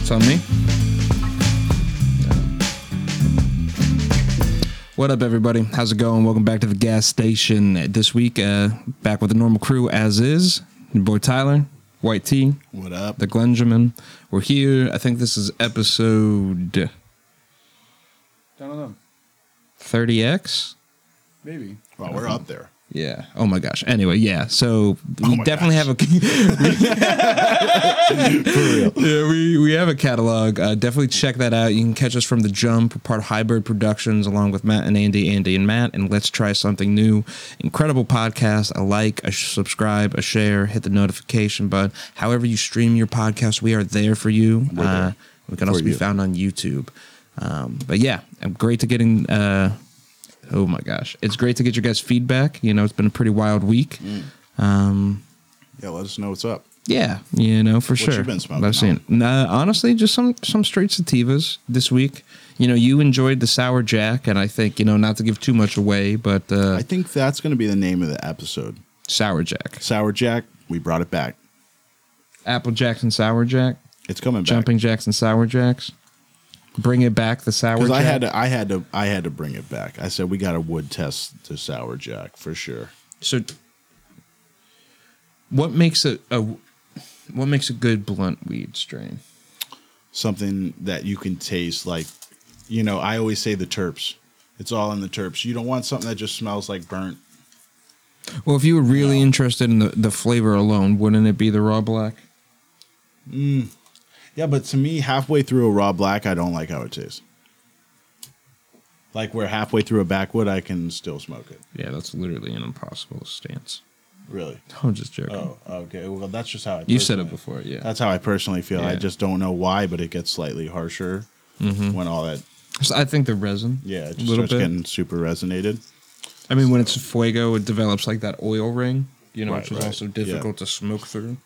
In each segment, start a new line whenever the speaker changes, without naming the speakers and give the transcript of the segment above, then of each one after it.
It's on me. What up, everybody? How's it going? Welcome back to the gas station. This week, uh, back with the normal crew as is. Your boy Tyler, White T,
What up?
the Glenjamin. We're here. I think this is episode
I don't know.
30X.
Maybe.
Well, we're up there.
Yeah. Oh my gosh. Anyway, yeah. So
Oh
we
my
definitely
gosh.
have a yeah, we we have a catalog. Uh, definitely check that out. You can catch us from the jump, we're part of Highbird Productions, along with Matt and Andy, Andy and Matt, and let's try something new. Incredible podcast. A like, a sh- subscribe, a share, hit the notification button. However you stream your podcast, we are there for you.
We're there
Uh, we can
for
also be
you.
found on YouTube. Um, but yeah, I'm great to getting. Uh, Oh my gosh. It's great to get your guys' feedback. You know, it's been a pretty wild week.
Mm.
Um,
Yeah, let us know what's up.
yeah, you know, for sure.
you been smoking
I've seen. Nah, honestly, just some some straight sativas this week. You know, you enjoyed the sour jack, and I think you know not to give too much away, but uh,
I think that's going to be the name of the episode.
sour jack,
Sour Jack, we brought it back.
apple jacks and sour jack,
It's coming back.
jumping jacks and sour jacks. Bring it back, the sour.
Because
jack.
I had to, I had to, I had to bring it back. I said we got to wood test to Sour Jack for sure.
so what makes a, a what makes a good blunt weed strain?
Something that you can taste, like, you know, I always say the terps. It's all in the terps. You don't want something that just smells like burnt.
Well, if you were really interested in the, the flavor alone, wouldn't it be the raw black?
Yeah, but to me, halfway through a raw black, I don't like how it tastes. Like we're halfway through a backwood, I can still smoke it.
Yeah, that's literally an impossible stance.
Really.
I'm just joking.
Oh, Uh, okay. Well, that's just how I
you said it
personally-
before, yeah.
That's how I personally feel. I
Yeah.
just don't know why, but it gets slightly harsher when all that.
Mm-hmm. So I think the resin.
Yeah, it
a
just
little
starts
bit.
getting super resonated.
I mean, when it's fuego, it develops like that oil ring, you know,
Right,
which is
right.
also
Yeah.
difficult to smoke through.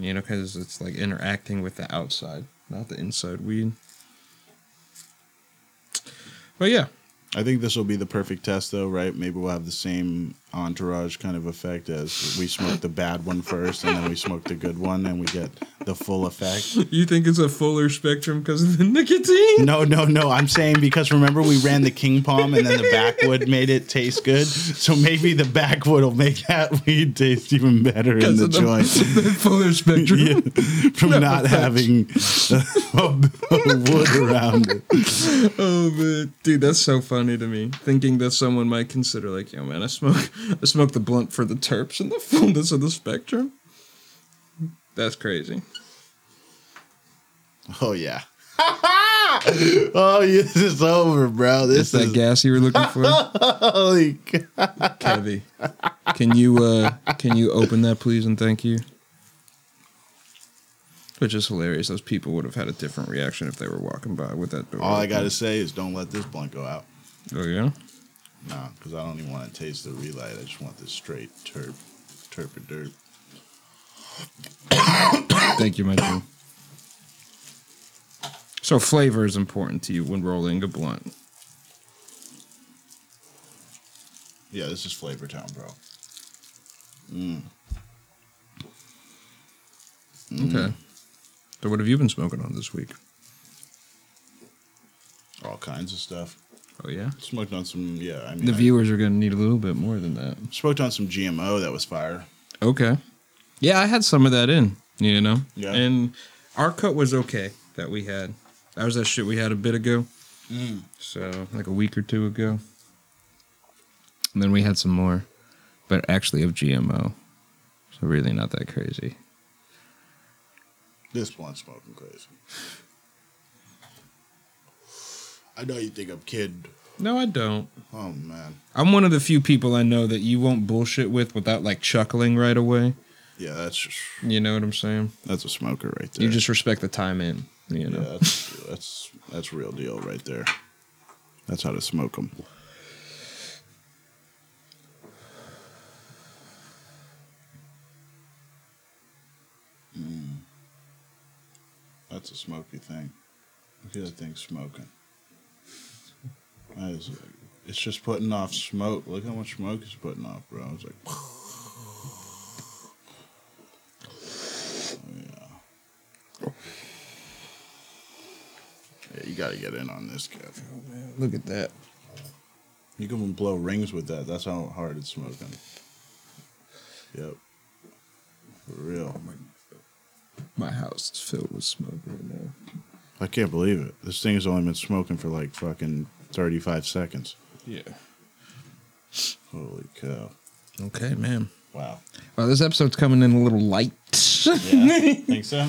You know, because it's like interacting with the outside, not the inside weed. But yeah,
I think this will be the perfect test, though, right? Maybe we'll have the same entourage kind of effect as we smoke the bad one first, and then we smoke the good one, and we get the full effect.
you think it's a fuller spectrum because of the nicotine?
No, no, no. I'm saying because remember we ran the king palm, and then the backwood made it taste good. So maybe the backwood will make that weed taste even better in
Because
the
of the,
joint.
the fuller spectrum.
yeah, from not having a, a wood around it.
Oh man, dude, that's so funny to me. Thinking that someone might consider like, yo, man, I smoke, I smoke the blunt for the terps and the fullness of the spectrum. That's crazy.
Oh yeah. oh, this is over, bro.
Is
This
that
is
gas you were looking for,
holy. God.
Kevy? Can you uh, can you open that, please, and thank you? Which is hilarious. Those people would have had a different reaction if they were walking by with that door.
All I
open.
gotta say is don't let this blunt go out.
Oh yeah.
Nah, because I don't even want to taste the relight. I just want this straight turp, turp and dirt.
Thank you, my dude. So flavor is important to you when rolling a blunt.
Yeah, this is Flavor Town, bro.
Okay. So what have you been smoking on this week?
All kinds of stuff.
Oh yeah.
Smoked on some. Yeah, I mean,
The
I
viewers are going to need a little bit more than that.
smoked on some GMO. That was fire.
Okay. Yeah, I had some of that in, you know.
Yeah.
And our cut was okay that we had. That was that shit we had a bit ago. Mm. So, like a week or two ago. And then we had some more, but actually of GMO. So really not that crazy.
This blunt's smoking crazy. I know you think I'm kidding.
No, I don't.
Oh man,
I'm one of the few people I know that you won't bullshit with without like chuckling right away.
yeah, that's just,
You know what I'm saying?
that's a smoker right there.
You just respect the time in, you
yeah,
know.
that's that's that's real deal right there. That's how to smoke them. Hmm. That's a smoky thing. Look at that thing smoking. That is, it's just putting off smoke. Look how much smoke it's putting off, bro. It's like, yeah. got to get in on this, Kev.
Oh, Look at that.
You can blow rings with that. That's how hard it's smoking. Yep. For real.
My house is filled with smoke right now.
I can't believe it. This thing's only been smoking for like fucking 35 seconds.
Yeah.
Holy cow.
Okay, man.
Wow.
Well, this episode's coming in a little light.
Think so?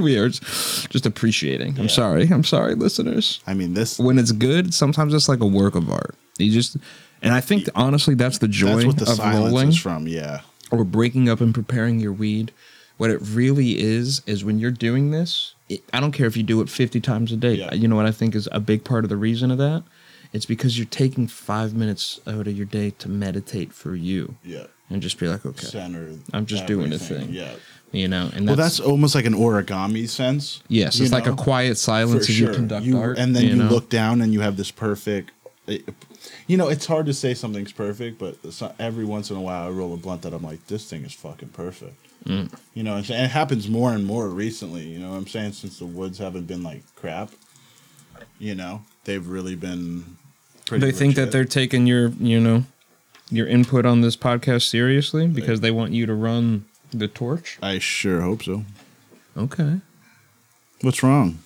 we are just appreciating. I'm
Yeah.
sorry. I'm sorry, listeners.
I mean, this.
When it's good, sometimes it's like a work of art. You just, and I think honestly, that's the joy
That's what the
of
silence
rolling.
is from. Yeah.
or breaking up and preparing your weed. What it really is is when you're doing this, it, I don't care if you do it 50 times a day.
Yeah.
You know what I think is a big part of the reason of that? It's because you're taking five minutes out of your day to meditate for you
Yeah.
and just be like, okay,
Center.
I'm just doing a
everything.
thing.
Yeah.
you know, and that's,
well, that's almost like an origami sense.
yes,
you
it's like a
know?
quiet silence
For
as
sure.
you conduct
You-
art,
And then you,
know?
look down and you have this perfect. it- You know, it's hard to say something's perfect, but it's not- every once in a while I roll a blunt that I'm like, this thing is fucking perfect.
Mm.
You know, what I'm saying? it happens more and more recently. You know what I'm saying? Since the woods haven't been like crap, you know, they've really been. Pretty
they think that
legit.
they're taking your you know your input on this podcast seriously because they want you to run the torch.
I sure hope so.
Okay,
What's wrong?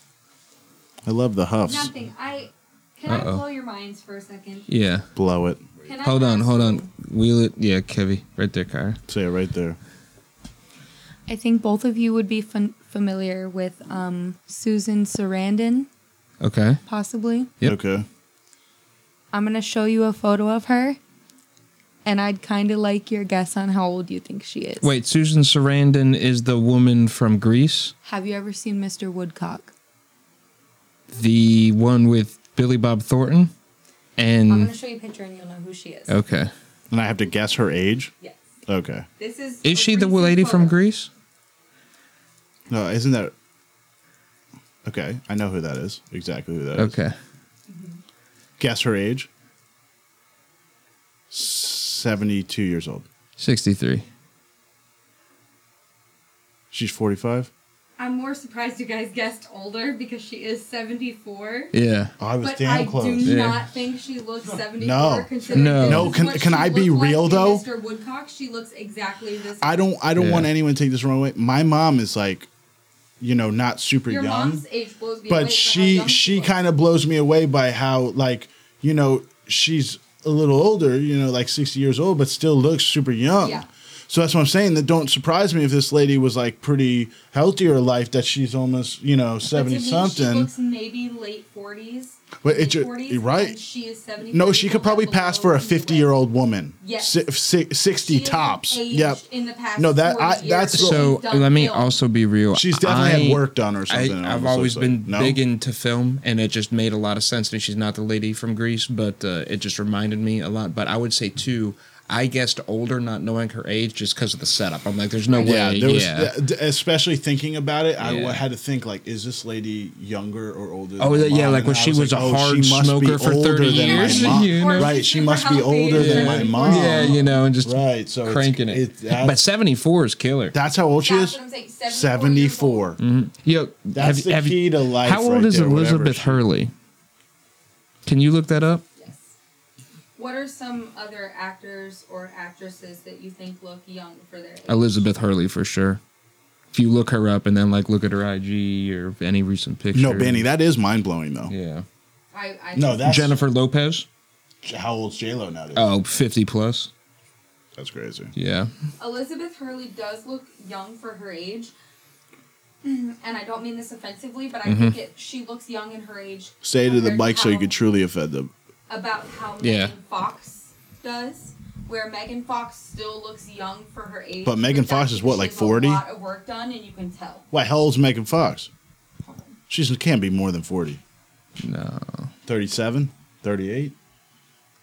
I love the huffs.
Nothing. I can
Uh-oh.
I blow your minds for a second?
yeah.
Blow it.
Can I
Hold on,
ask
hold
you-
on. Wheel it. Yeah, Kevy. Right there, Kyra.
Say it right there.
I think both of you would be fam- familiar with um, Susan Sarandon,
Okay.
possibly.
Yep.
Okay.
I'm going to show you a photo of her, and I'd kind of like your guess on how old you think she is.
Wait, Susan Sarandon is the woman from Greece,
Have you ever seen Mr. Woodcock?
the one with Billy Bob Thornton,
I'm gonna
and
show you a picture and you'll know who she is.
okay,
And I have to guess her age.
Yes.
Okay.
This is. a
is she the
recent
lady from
photo.
Greece?
No, isn't that okay? I know who that is. Exactly who that is.
Okay,
Guess her age. Seventy-two years old.
sixty-three.
She's forty-five.
I'm more surprised you guys guessed older because she is 74.
Yeah.
Oh, I was
But
damn
I
close.
do
Yeah.
not think she looks 74.
No.
considering
No.
this
No,
is
can-
what
can
she
I be
looked like
real,
in
though?
Mr. Woodcock, she looks exactly this.
I don't. I don't
Yeah.
want anyone to take this the wrong way. My mom is like, you know, not super
Your
young.
mom's age blows me away
but
for how
she
young
she
looks.
kind of blows me away by how like you know she's a little older you know like 60 years old but still looks super young
Yeah.
so that's what i'm saying that don't surprise me if this lady was like pretty healthier life that she's almost you know
But to
70
me, She
something
looks maybe late 40s.
But it ju-
mid- 40s,
right.
and She is 70.
no she could probably pass for a 50 year old woman
Yes.
Si- si- 60 tops yep
In the past
No, that-
40
I- that's
years,
So
she's done
let me
film.
also be real.
she's definitely
I-
had worked on her or
I,
something
I've
almost
always
looks like.
been
No?
big into film, and it just made a lot of sense. And she's not the lady from Greece, but uh, it just reminded me a lot. But I would say too, I guessed older, not knowing her age, just because of the setup. I'm like, there's no
Yeah,
way.
there was,
yeah.
th- th- especially thinking about it, I
Yeah.
I had to think like, is this lady younger or older?
Oh,
than
yeah,
mom?
like
And
when
I
she was a
oh,
hard
she must be
smoker for
older
30
than my
years,
mom.
you know?
right? She must be
Or she's
older than
super
my
healthy.
mom.
yeah, you know, and just
right. So it's-
cranking it.
it's- that's,
but 74 is killer.
that's how old she
That's
is.
what I'm saying, 74 years
Seventy-four.
Mm-hmm. Yo,
That's the key to life
How old
right
is
there, whatever
Elizabeth
she-
Hurley? Can you look that up?
Yes. What are some other actors or actresses that you think look young for their age?
Elizabeth Hurley for sure. If you look her up and then like look at her IG or any recent picture.
No, Benny, that is mind blowing though.
Yeah.
I, I
No,
just-
that's
Jennifer Lopez.
How old's J Lo now? Oh,
Oh, 50 plus.
that's crazy.
Yeah.
Elizabeth Hurley does look young for her age. And I don't mean this offensively, but I
Mm-hmm.
think it, she looks young in her age.
Stay to the
compared
mic so you
how-
could truly offend them.
About how
Yeah.
Megan Fox does, where Megan Fox still looks young for her age.
But Megan
that's
Fox is what,
because
like
she has
40?
A lot of work done, and you can tell.
Why? How old's Megan Fox? She can't be more than forty.
No.
37, 38.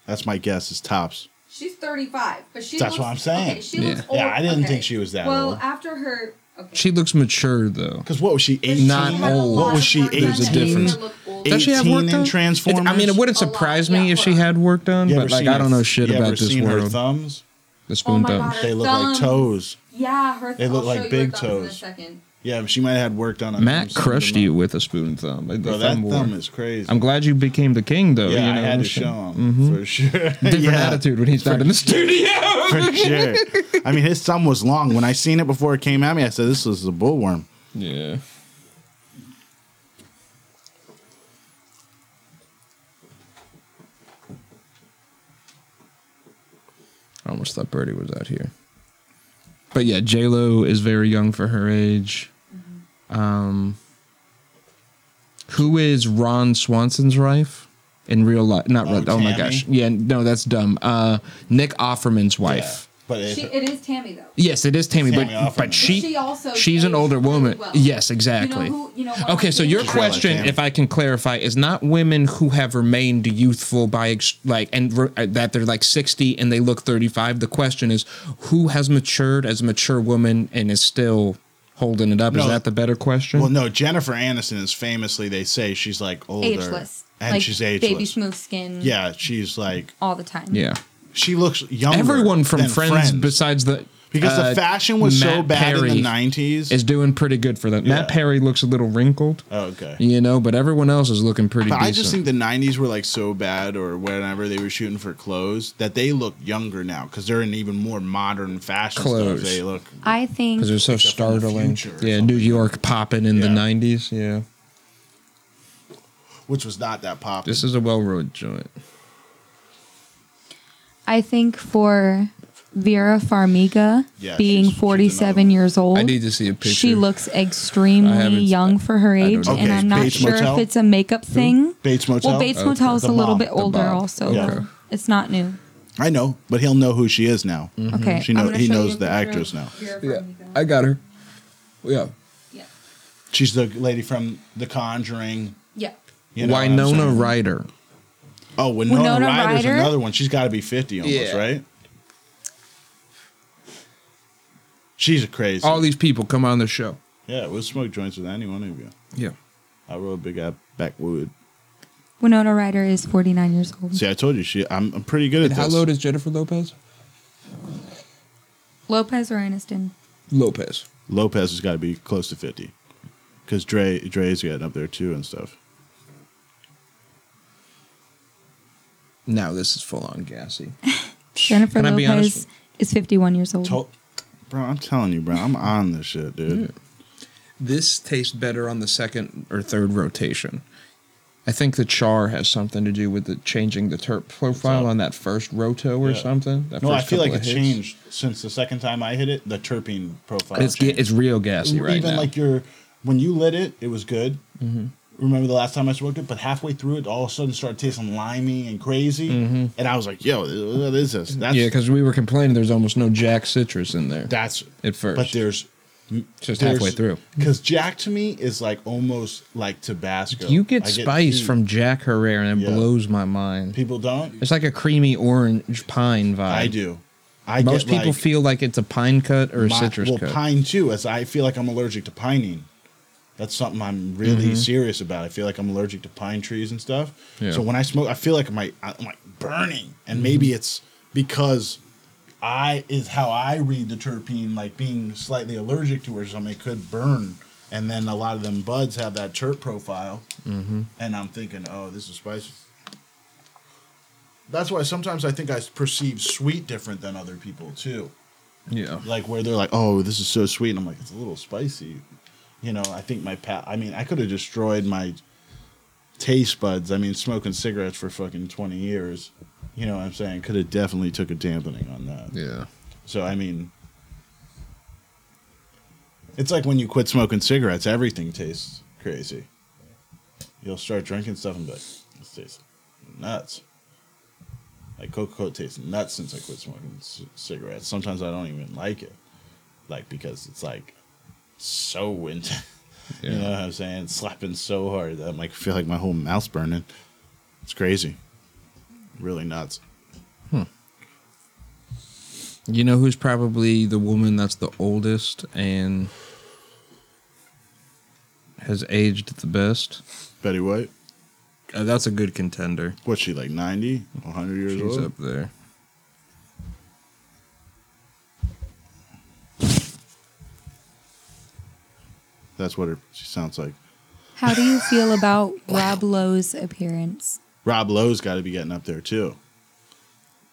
That's my guess is tops.
She's 35, but she
That's
looks,
what I'm saying.
Okay, she looks
Yeah.
old.
Yeah, I didn't
okay.
think she was that
well,
old.
after her. Okay.
She looks mature though.
Because what was she,
But
18?
Not
had a
old.
lot
What was
of
she,
work done to
18?
make her
Difference.
look older.
Does she have 18 work in done?
It-
Transformers?
I mean, it wouldn't
A lot,
surprise me
yeah,
if she
hold on.
had work done,
You ever
but like
seen
I
her-
don't know shit
you
about
ever
this
seen her
world.
thumbs?
The spoon
Oh my
thumbs.
God. Her
They look like
thumbs.
toes.
Yeah, her.
They look
I'll
like
show you
big
her thumbs In a
toes.
second.
Yeah, she might have had work done on
Matt
him,
crushed
something
you
like-
with a spoon thumb. Like, the
Bro, that
thumb war.
thumb is crazy.
I'm glad you became the king, though.
yeah,
you
I
know,
had to
shit.
show him for sure.
Different
yeah,
attitude when he's not in the studio.
for sure. I mean, his thumb was long. When I seen it before it came at me, I said, "This is a bullworm."
Yeah. I almost thought Birdie was out here. But yeah, J Lo is very young for her age.
Mm-hmm.
Um, who is Ron Swanson's wife in real life? Not
Oh,
Ron. Oh my
Tammy?
gosh. Yeah, no, that's dumb. Uh, Nick Offerman's
Yeah.
wife.
But it,
She, it is Tammy though.
Yes, it is Tammy,
Tammy
but
Offerman,
but
right?
she,
She also
she's an
aged
older
really
woman.
well.
Yes, exactly.
You know who, you know one
Okay,
of
so
the
your
things-
Really,
question,
Tam?
if I can clarify, is not women who have remained youthful by ex- like and re- uh, that they're like sixty and they look thirty five. The question is, who has matured as a mature woman and is still holding it up? is
No.
that the better question?
well,
Mm-hmm.
no, Jennifer Aniston is famously they say she's like older,
Ageless.
and
like
she's ageless.
Baby smooth skin.
yeah, she's like
All the time.
Yeah,
she looks younger.
everyone from
than
Friends, besides the
because
uh,
the fashion was so
Matt
bad in
Perry
the nineties.
is doing pretty good for them. Matt
Yeah.
Perry looks a little wrinkled,
Oh, okay.
you know, but everyone else is looking pretty.
But
decent.
I just think the '90s were like so bad, or whenever they were shooting for clothes, that they look younger now because they're in even more modern fashion.
Clothes.
Clothes. They look
I think
because they're so
Except from the
startling.
future or
Yeah, New
something.
York popping in the
Yeah.
'90s. Yeah,
which was not that popular.
this is a well-road joint.
I think for Vera Farmiga
Yeah, she's-
being
she's another
47
one.
years old,
I need to see a picture.
she looks
I
extremely
haven't-
young for her
don't
age,
know.
and
Okay,
I'm not
Bates
sure
Motel?
if it's a makeup thing.
Bates Motel.
Well, Bates
Okay.
Motel is
The
a little
mom.
bit
The
older,
Oh, mom.
also.
Yeah.
though. It's not new.
I know, but he'll know who she is now.
Mm-hmm.
Okay,
Mm-hmm. She
I'm
know,
gonna
he
show
knows
you
the
a picture.
actress now.
Vera
Yeah,
Farmiga.
I got her. Yeah,
yeah.
She's the lady from The Conjuring.
Yeah.
You know what I'm
Winona
saying?
Ryder.
Oh, Winona,
Winona
Ryder's
Ryder?
another one. She's got to be 50 almost,
Yeah.
right? She's a crazy.
All these people come on the show.
yeah, we'll smoke joints with any one of you.
Yeah,
I roll a big ass backwood.
Winona Ryder is 49 years old.
See, I told you, she. I'm, I'm pretty good at this.
is Jennifer Lopez?
Lopez or Aniston?
Lopez.
Lopez has got to be close to 50. Because Dre, Dre's getting up there too and stuff.
Now this is full on gassy.
Jennifer
Can I be honest
Lopez is 51 years old.
Tol- bro, I'm telling you, bro. I'm on this shit, dude.
This tastes better on the second or third rotation. I think the char has something to do with the changing the terp profile
up?
on that first roto or
Yeah.
something. That
No, I
first
feel like
couple
it
of hits.
changed since the second time I hit it. The terpene profile.
It's
changed.
ga- it's real gassy right
even
now. Mm-hmm.
like your when you lit it, it was good. Remember the last time I smoked it, but halfway through it, all of a sudden started tasting limey and crazy, and I was like, "Yo, what is this?" That's
Mm-hmm. yeah, because we were complaining there's almost no Jack citrus in there
that's
at first.
but there's
just halfway through.
because Jack to me is like almost like Tabasco.
You get
I
spice
huge-
from Jack Herrera, and it
Yeah.
blows my mind.
people don't.
It's like a creamy orange pine vibe.
I do. I
Most
get
people
like
feel like it's a pine cut or a
my-
citrus
well,
cut.
pine too. As I feel like I'm allergic to pining. That's something I'm really serious about. I feel like I'm allergic to pine trees and stuff.
Mm-hmm. Yeah. Mm-hmm.
So when I smoke, I feel like my I'm like burning, and maybe it's because I is how I read the terpene, like being slightly allergic to it or something. It could burn, and then a lot of them buds have that terp profile,
Mm-hmm.
and I'm thinking, oh, this is spicy. That's why sometimes I think I perceive sweet different than other people too
yeah.
like where they're like, "Oh, this is so sweet," and I'm like, "It's a little spicy," you know. I think my pat. I mean, I could have destroyed my taste buds. I mean, smoking cigarettes for fucking twenty years, you know what I'm saying? Could have definitely took a dampening on that.
Yeah.
So I mean, it's like when you quit smoking cigarettes, everything tastes crazy. You'll start drinking stuff and be like, "This tastes nuts." Like Coca Cola tastes nuts since I quit smoking c- cigarettes. Sometimes I don't even like it, like because it's like so intense.
Yeah.
You know what I'm saying? Slapping so hard that I'm like feel like my whole mouth's burning. It's crazy, really nuts.
You know who's probably the woman that's the oldest and has aged the best?
Betty White,
Uh, that's a good contender.
what's she like? 90, 100 years
She's
old?
up there.
That's what her, she sounds like.
How do you feel about Rob Lowe's appearance?
Rob Lowe's got to be getting up there too.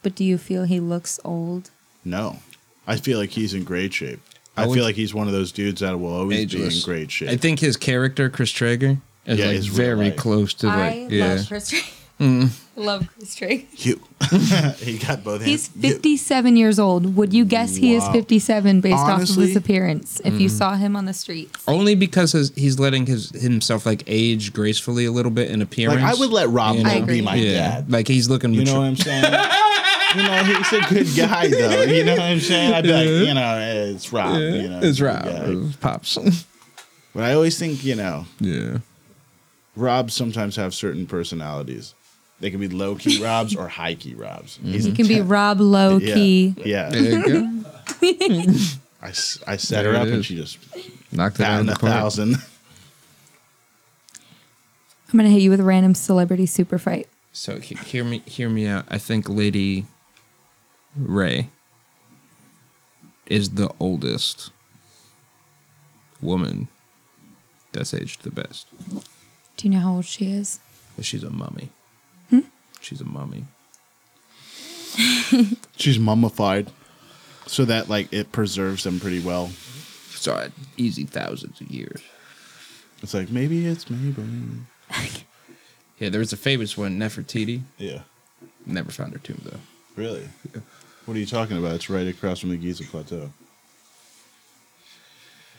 But do you feel he looks old?
No, I feel like he's in great shape.
I
I,
would-
feel like he's one of those dudes that will always be
Ageless.
in great shape.
I think his character, Chris Traeger, is
Yeah,
like
is real
very
life.
close to like
I
yeah.
love Chris Drake.
Mm-hmm.
Love Chris Drake.
you. he got both
He's
hands. You.
57 years old. Would you guess he is
Wow.
57 based off of
Honestly? Mm-hmm.
his appearance if you saw him on the streets?
Only because his, he's letting his himself like age gracefully a little bit in appearance.
Like I would let Rob
You know?
Lowe
I agree.
be my
yeah,
dad.
like he's looking.
You
mature.
know what I'm saying? you know, he's a good guy though. You know what I'm saying? I'd be like, you know, eh, it's Rob.
Yeah,
you know,
it's
good
Rob
guy.
pops.
But I always think, you know,
yeah,
Robs sometimes have certain personalities. They can be low key Robs or high key Robs. He's
He can be Rob Lowe
Mm-hmm. yeah,
key.
Yeah.
there you go.
I, s- I set
There
her
it
up
is.
and she just
Knocked it out of
found
the
a
park.
thousand.
I'm gonna hit you with a random celebrity super fight.
So he- hear me, hear me out. I think Lady Ray is the oldest woman that's aged the best.
Do you know how old she is?
But she's a mummy. She's a mummy.
She's mummified. So that like it preserves them pretty well.
So easy thousands of years.
It's like maybe it's maybe.
Yeah, there was a famous one, Nefertiti.
Yeah.
Never found her tomb though.
Really? What are you talking about? It's right across from the Giza Plateau.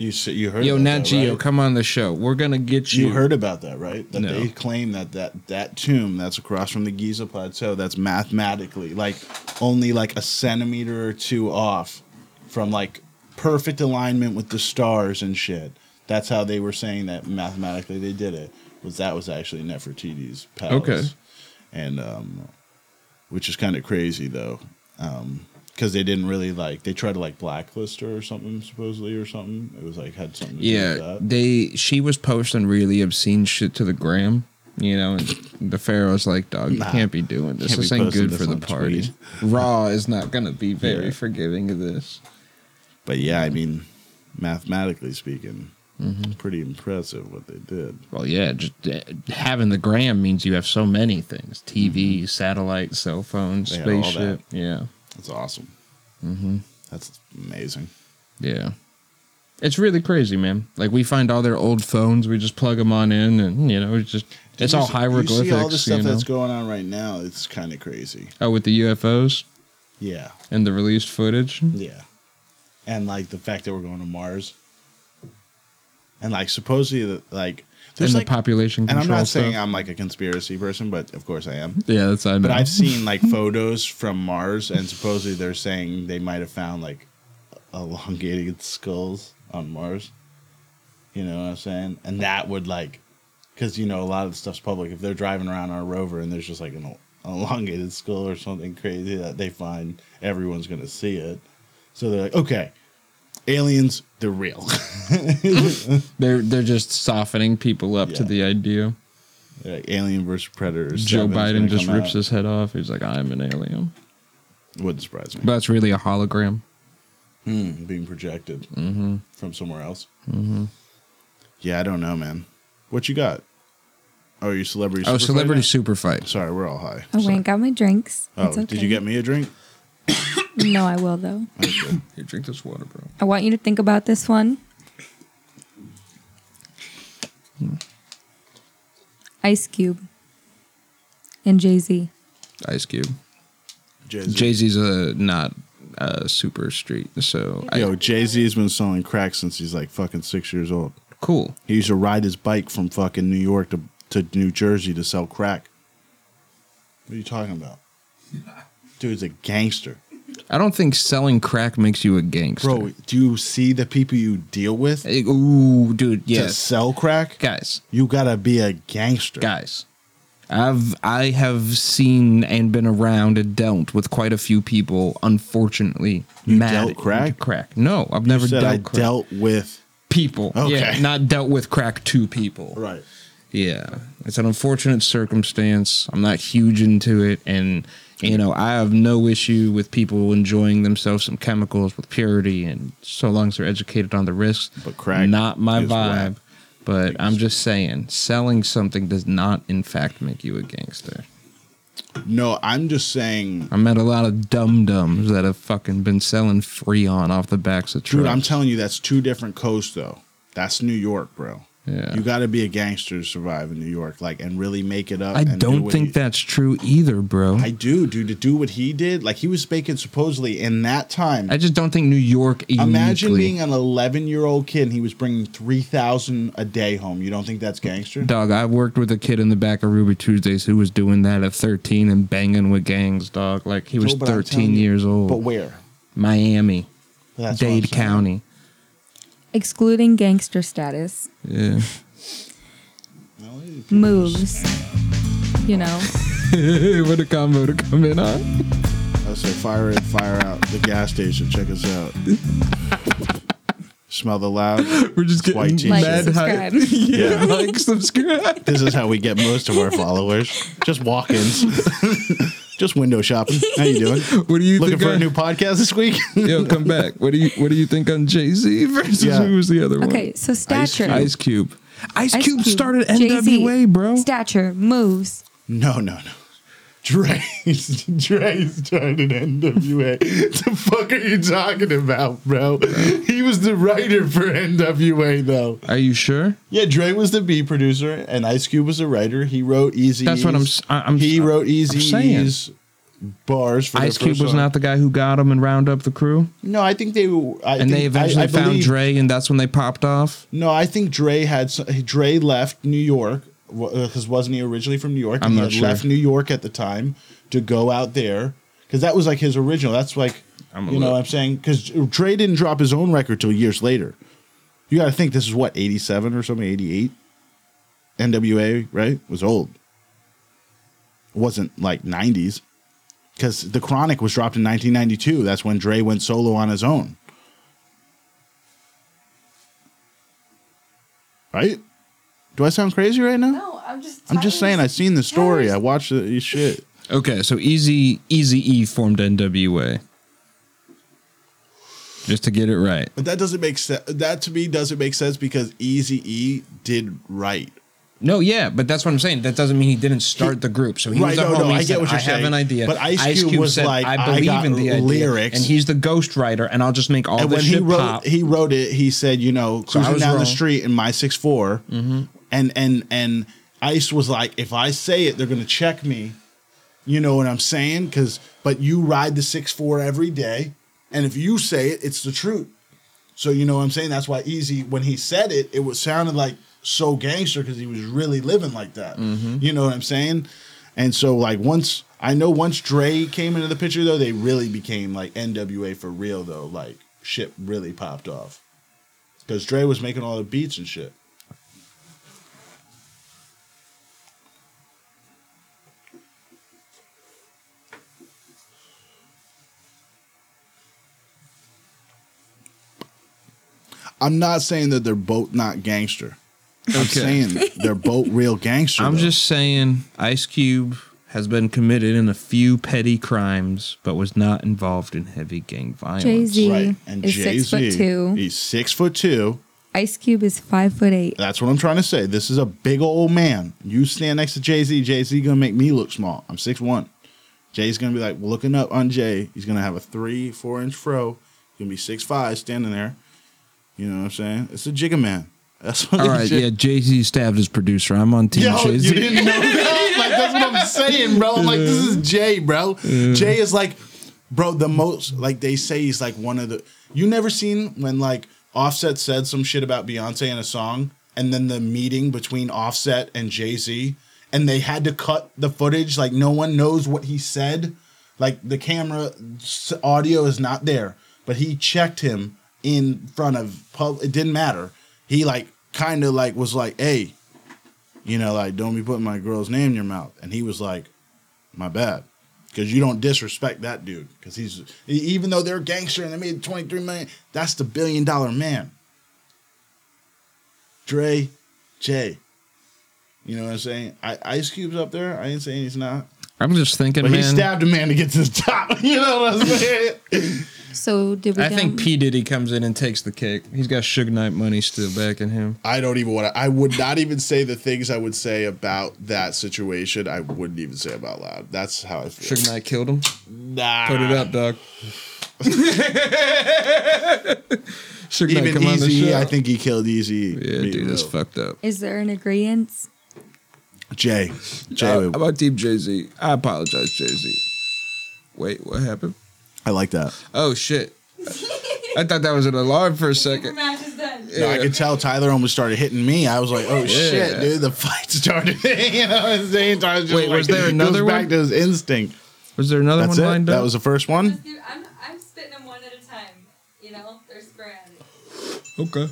You s- you heard
Yo,
about
Nat
that,
Geo,
right?
come on the show. We're gonna get you.
You heard about that, right? That
No.
they claim that, that that tomb that's across from the Giza Plateau that's mathematically like only like a centimeter or two off from like perfect alignment with the stars and shit. That's how they were saying that mathematically they did it. Was that was actually Nefertiti's palace?
Okay.
and um, which is kind of crazy though, Um 'cause because they didn't really like they tried to like blacklist her or something supposedly or something. It was like had something to do
Yeah,
with that.
they. She was posting really obscene shit to the gram. You know, and the Pharaoh's like, "Dog, you
Nah,
can't be doing this.
can't
This
be
ain't
posting
good
this
for the
on
party."
Tweet.
Raw is not gonna be very
Yeah.
forgiving of this.
But yeah, I mean, mathematically speaking, it's pretty impressive what they did.
Well, yeah, just uh, having the gram means you have so many things: TV, satellite, cell phone,
They had Mm-hmm. all
spaceship. Yeah,
That's awesome. Mm-hmm. That's amazing.
yeah. It's really crazy, man. Like we find all their old phones, we just plug them on in, and you know, it's just it's
You
all
see-
hieroglyphics.
You see all the stuff
you know?
that's going on right now. It's kind of crazy.
Oh, with the UFOs
Yeah,
and the released footage.
yeah, and like the fact that we're going to Mars, and like supposedly that like there's
and
like
the population
and
control
I'm not
stuff.
saying I'm like a conspiracy person, but of course I am.
yeah, that's I know.
But I've seen like photos from Mars, and supposedly they're saying they might have found like elongated skulls on Mars. You know what I'm saying? And that would like, because you know a lot of the stuff's public. If they're driving around on a rover and there's just like an el- elongated skull or something crazy that they find, everyone's gonna see it. So they're like, okay, aliens, they're real.
they're they're just softening people up to
Yeah.
the idea.
They're like, Alien versus predators.
Joe Biden just rips his head off. He's like, I'm an alien.
Wouldn't surprise me.
But that's really a hologram.
Mm, being projected from somewhere else. Mm-hmm. Yeah, I don't know, man. What you got? Oh, you celebrity.
oh,
super
celebrity
fight
super
night?
fight.
Sorry, we're all high.
Oh, I ain't got my drinks.
Oh,
It's okay.
did you get me a drink?
No, I will though.
Okay.
Here, drink this water, bro.
I want you to think about this one. Ice Cube and Jay Z.
Ice Cube.
Jay-Z.
Jay Z's a not a super street, so I,
Yo, Jay Z's been selling crack since he's like fucking six years old.
cool.
He used to ride his bike from fucking New York to, to New Jersey to sell crack. What are you talking about? Dude's a gangster.
I don't think selling crack makes you a gangster.
Bro, do you see the people you deal with
Hey, ooh, dude,
to
yes,
sell crack?
guys.
You gotta be a gangster.
guys i've i have seen and been around and dealt with quite a few people unfortunately
You
mad
dealt
at-
crack?
crack no i've never
said
dealt
I
crack.
dealt with
people yeah
Okay.
not dealt with crack to people
right.
yeah it's an unfortunate circumstance i'm not huge into it and You know, I have no issue with people enjoying themselves some chemicals with purity, and so long as they're educated on the risks.
But crack
not my
is
vibe.
whack.
But I'm just saying, selling something does not, in fact, make you a gangster.
No, I'm just saying,
I met a lot of dum dums that have fucking been selling Freon off the backs of trucks.
dude. I'm telling you, that's two different coasts, though. That's New York, bro.
Yeah.
You got to be a gangster to survive in New York, like, and really make it up.
I
and do
don't
what
think
you-
that's true either, bro.
I
I,
do, dude. To do what he did, like, he was making supposedly in that time.
just don't think New York. Uniquely,
Imagine being an 11 year old kid and he was bringing 3,000 a day home. You don't think that's gangster?
Dog, I worked with a kid in the back of Ruby Tuesdays who was doing that at 13 and banging with gangs, dog. Like he was
No, but I'm
13
telling you-
years old.
But where?
Miami,
That's what I'm
Dade
saying.
County.
Excluding gangster status,
Yeah.
moves, you know.
what a combo to come in on.
I say fire in, fire out. The gas station. Check us out. Smell the loud.
We're just getting
White t-shirt.
Like,
mad
subscribe.
hype. yeah,
Yeah.
like, subscribe.
This is how we get most of our followers. Just walk-ins. Just window shopping. How you doing?
What do you
Looking
think?
for a
on-
new podcast this week?
Yo, come back. What do you What do you think on Jay Z versus
Yeah.
who was the other one?
Okay, so stature.
Ice Cube. Ice,
Ice
Cube,
Cube,
started
Jay-Z,
NWA, bro.
Stature, moves.
no, no, no. Dre's, Dre's started NWA. the fuck are you talking about, bro? He was the writer for NWA, though.
Are you sure?
Yeah, Dre was the beat producer, and Ice Cube was the writer. He wrote Easy.
That's what I'm s- I- I'm-
He wrote Easy
saying.
E's bars. For
Ice Cube was not
The-
the guy who got him and round up the crew,
no, I think they. were- I
and
think-
they eventually
I, I
found
believe-
Dre, and that's when they popped off.
No, I think Dre had some, Dre left New York because wasn't he originally from New York?
I'm
And he
not
had
sure.
Left New York at the time to go out there because that was like his original. That's like
I'm a
you know
look.
what I'm saying because Dre didn't drop his own record till years later. You got to think this is what 87 or something 88. NWA right was old. It wasn't like 90s because the Chronic was dropped in 1992. That's when Dre went solo on his own. Right? Do I sound crazy right now?
No, I'm just.
I'm just saying. I seen the story. I watched the shit.
Okay, so Easy Easy E formed NWA. Just to get it right.
But that doesn't make sense. That to me doesn't make sense because Easy E did right.
No, yeah, but that's what I'm saying. That doesn't mean he didn't start the group. So he
Right,
was a
no,
homie.
no,
He
I get
said,
what you're
I have
saying.
an idea.
But Ice Cube was like,
I
I
believe
got
in the idea.
lyrics.
And he's the ghostwriter, and I'll just make all
and
this
when he
shit
wrote
pop.
he wrote it he said you know
So I
cruising
was
down
wrong.
the street in my 6-4 and and and ice was like if i say it they're gonna check me you know what i'm saying because but you ride the 6-4 every day and if you say it it's the truth so you know what i'm saying that's why easy when he said it it was sounded like so gangster because he was really living like that you know what i'm saying and so like once I know once Dre came into the picture though, they really became like NWA for real though. Like shit really popped off. Cause Dre was making all the beats and shit. I'm not saying that they're both not gangster. I'm saying they're both real gangster.
I'm
though.
just saying Ice Cube has been committed in a few petty crimes, but was not involved in heavy gang violence.
Jay-Z.
Right. And
is
Jay
six foot
Z.
two.
He's six foot two.
Ice Cube is five foot eight.
That's what I'm trying to say. This is a big old man. You stand next to Jay Z. Jay Z gonna make me look small. I'm six one. Jay's gonna be like looking up on Jay. He's gonna have a three, four inch fro. He's gonna be six five standing there. You know what I'm saying? It's a jigga man. That's what.
All right, yeah, Jay Z stabbed his producer. I'm on Team
Yo,
Jay
you
Z.
didn't know that? Like that's what I'm saying, bro. I'm like, this is Jay, bro. Jay is like, bro, the most like they say he's like one of the you never seen when like Offset said some shit about Beyonce in a song, and then the meeting between Offset and Jay-Z, and they had to cut the footage, like no one knows what he said. Like the camera s- audio is not there, but he checked him in front of pub. It didn't matter. He like kind of like was like, "Hey, you know, like, don't be putting my girl's name in your mouth. And he was like, my bad. Because you don't disrespect that dude. Because he's, e- even though they're a gangster and they made 23 million, that's the billion dollar man. Dre, Jay. You know what I'm saying? I, Ice Cube's up there. I ain't saying he's not.
I'm just thinking,
But he
man.
stabbed a man to get to the top. You know what I'm saying?
So did we?
I think
down-
P Diddy comes in and takes the cake. He's got Suge Knight money still back in him.
I don't even want to. I would not even say the things I would say about that situation. I wouldn't even say about loud. That's how I feel.
Suge Knight killed him.
Nah.
Put it up, dog. Suge Knight,
Even
come on the
Easy, E.
show.
I think he killed Easy. E.
yeah, dude, that's fucked up.
Is there an agreement?
Jay. Jay,
Uh, about Deep Jay Z? I apologize, Jay Z. Wait, what happened?
I like that.
Oh shit! I thought that was an alarm for a
Super
second.
match is done.
No, I could tell Tyler almost started hitting me. I was like, "Oh shit, dude, the fight started." you know, what I'm saying? Tyler's just
Wait, was
like-
there another
goes
one?
Back to his instinct.
Was there another
That's
one
it.
lined
That
up?
was the first one.
Just do- I'm, I'm spitting them one at a time. You know, there's grand.
okay.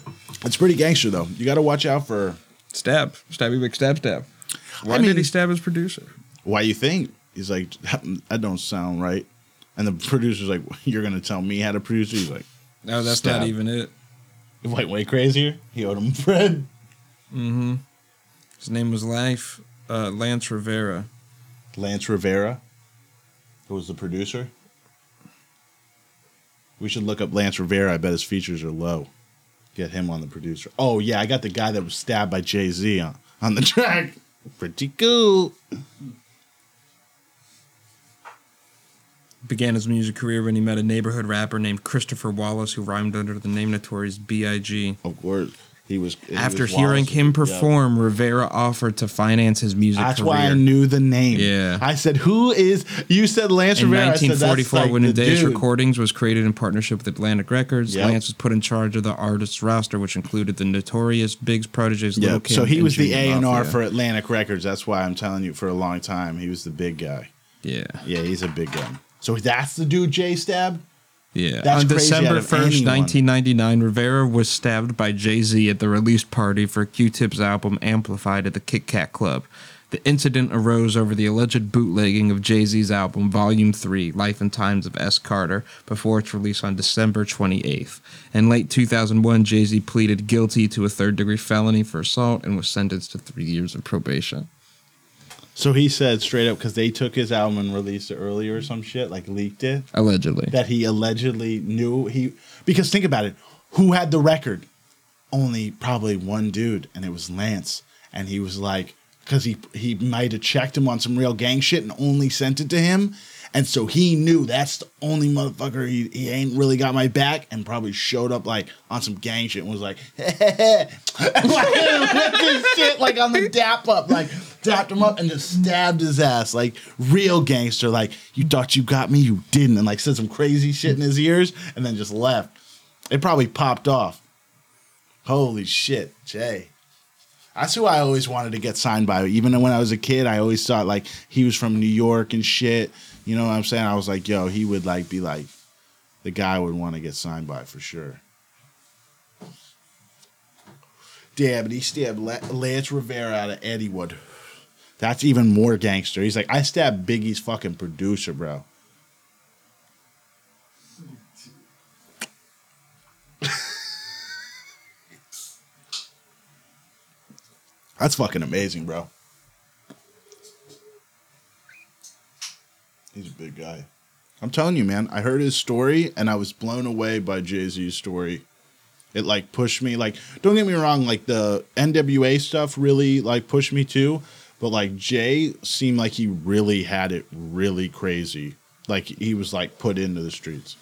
It's pretty gangster though. You got to watch out for
Stab, stabby, big stab, stab. Why
I mean-
did he stab his producer?
why you think he's like that don't sound right, and the producer's like, "You're gonna tell me how to produce?" it?" He's like,
No, that's
Stab.
not even it.
"Wait, way crazier." He owed him bread.
Mm-hmm. His name was Life uh, Lance Rivera.
Lance Rivera, who was the producer. We should look up Lance Rivera. I bet his features are low. Get him on the producer. Oh yeah, I got the guy that was stabbed by Jay Z on, on the track. Pretty cool.
Began his music career when he met a neighborhood rapper named Christopher Wallace, who rhymed under the name Notorious B.I.G.
Of course, he was. he
After
was
hearing
Wallace.
him
Yeah.
perform, Rivera offered to finance his music
That's
career.
why I knew the name.
Yeah.
I said, "Who is?" You said Lance
In
Rivera.
1944,
I said,
when
That's like the
Days
dude.
Recordings was created in partnership with Atlantic Records,
Yep.
Lance was put in charge of the artist's roster, which included the notorious Biggs Proteges.
Yeah,
Lil Kim,
so he
and
was the
Junior
A and R
Mafia.
for Atlantic Records. That's why I'm telling you for a long time he was the big guy.
Yeah,
Yeah, he's a big gun. So that's the dude Jay stabbed.
yeah.
That's
On
crazy out
December
of
1st,
anyone.
1999, Rivera was stabbed by Jay Z at the release party for Q Tip's album Amplified at the Kit Kat Club. The incident arose over the alleged bootlegging of Jay Z's album Volume 3, Life and Times of S. Carter, before its release on December 28th. In late 2001, Jay Z pleaded guilty to a third degree felony for assault and was sentenced to three years of probation.
So he said straight up because they took his album and released it earlier or some shit, like leaked it,
Allegedly.
that he allegedly knew he. Because think about it, who had the record? Only probably one dude, and it was Lance. And he was like, because he he might have checked him on some real gang shit and only sent it to him. And so he knew that's the only motherfucker he, he ain't really got my back and probably showed up like on some gang shit and was like, with this shit like on the dap up, like dapped him up and just stabbed his ass, like real gangster. Like you thought you got me, you didn't, and like said some crazy shit in his ears, and then just left. It probably popped off. Holy shit, Jay. That's who I always wanted to get signed by. Even when I was a kid, I always thought like he was from New York and shit. You know what I'm saying? I was like, yo, he would like be like the guy I would want to get signed by for sure. Damn, and he stabbed La- Lance Rivera out of Eddie Wood. That's even more gangster. He's like, I stabbed Biggie's fucking producer, bro. That's fucking amazing, bro. He's a big guy. I'm telling you, man. I heard his story and I was blown away by Jay Z's story. It like pushed me. Like, don't get me wrong. Like the NWA stuff really like pushed me too. But like Jay seemed like he really had it really crazy. Like he was like put into the streets.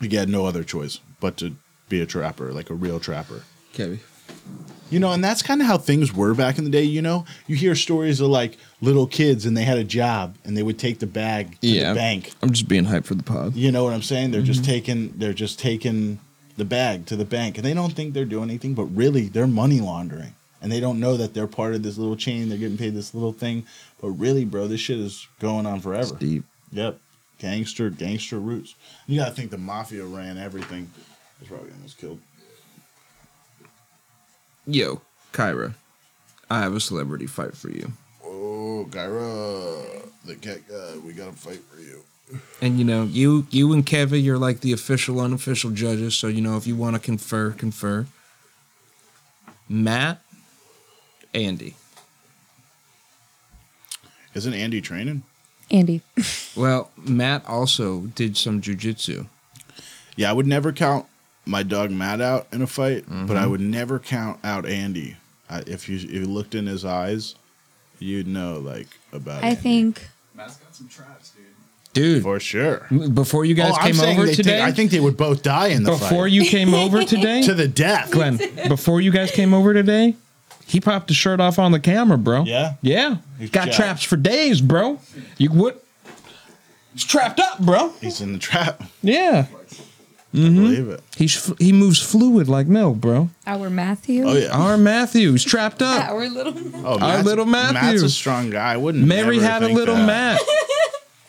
He had no other choice but to be a trapper, like a real trapper.
Kevy.
You know, and that's kind of how things were back in the day. You know, you hear stories of like little kids and they had a job and they would take the bag to
Yeah.
the bank.
I'm just being hyped for the pod.
You know what I'm saying? They're just taking they're just taking the bag to the bank and they don't think they're doing anything, but really they're money laundering. And they don't know that they're part of this little chain, they're getting paid this little thing. But really, bro, this shit is going on
It's
forever.
deep.
Yep. Gangster, gangster roots. You gotta think the mafia ran everything. It's probably almost killed.
Yo, Kyra, I have a celebrity fight for you.
Oh, Gyra, the cat guy, we gotta fight for you.
And you know, you you and Kevin, you're like the official, unofficial judges. So you know, if you want to confer, confer. Matt, Andy.
Isn't Andy training?
Andy.
Well, Matt also did some jujitsu.
Yeah, I would never count my dog Matt out in a fight, but
Mm-hmm.
I would never count out Andy. I, if you if you looked in his eyes, you'd know like about.
I
Andy.
think
Matt's got some traps, dude.
Dude,
for sure.
m- before you guys
Oh, I'm
came
saying
over
they
today,
Think, I think they would both die in the
before
fight
you came over today,
to the death.
Glenn, before you guys came over today, he popped his shirt off on the camera, bro.
Yeah?
Yeah.
He's
Got
jacked.
traps for days, bro. You would. He's trapped up, bro.
He's in the trap.
Yeah.
I
Mm-hmm.
believe it.
He's f- he moves fluid like milk, bro.
our Matthew.
Oh yeah.
Our Matthew's trapped up.
Our little.
Oh,
little Matthew.
Matt's a strong guy. I wouldn't.
Mary
never
had a
think
little
that.
Matt.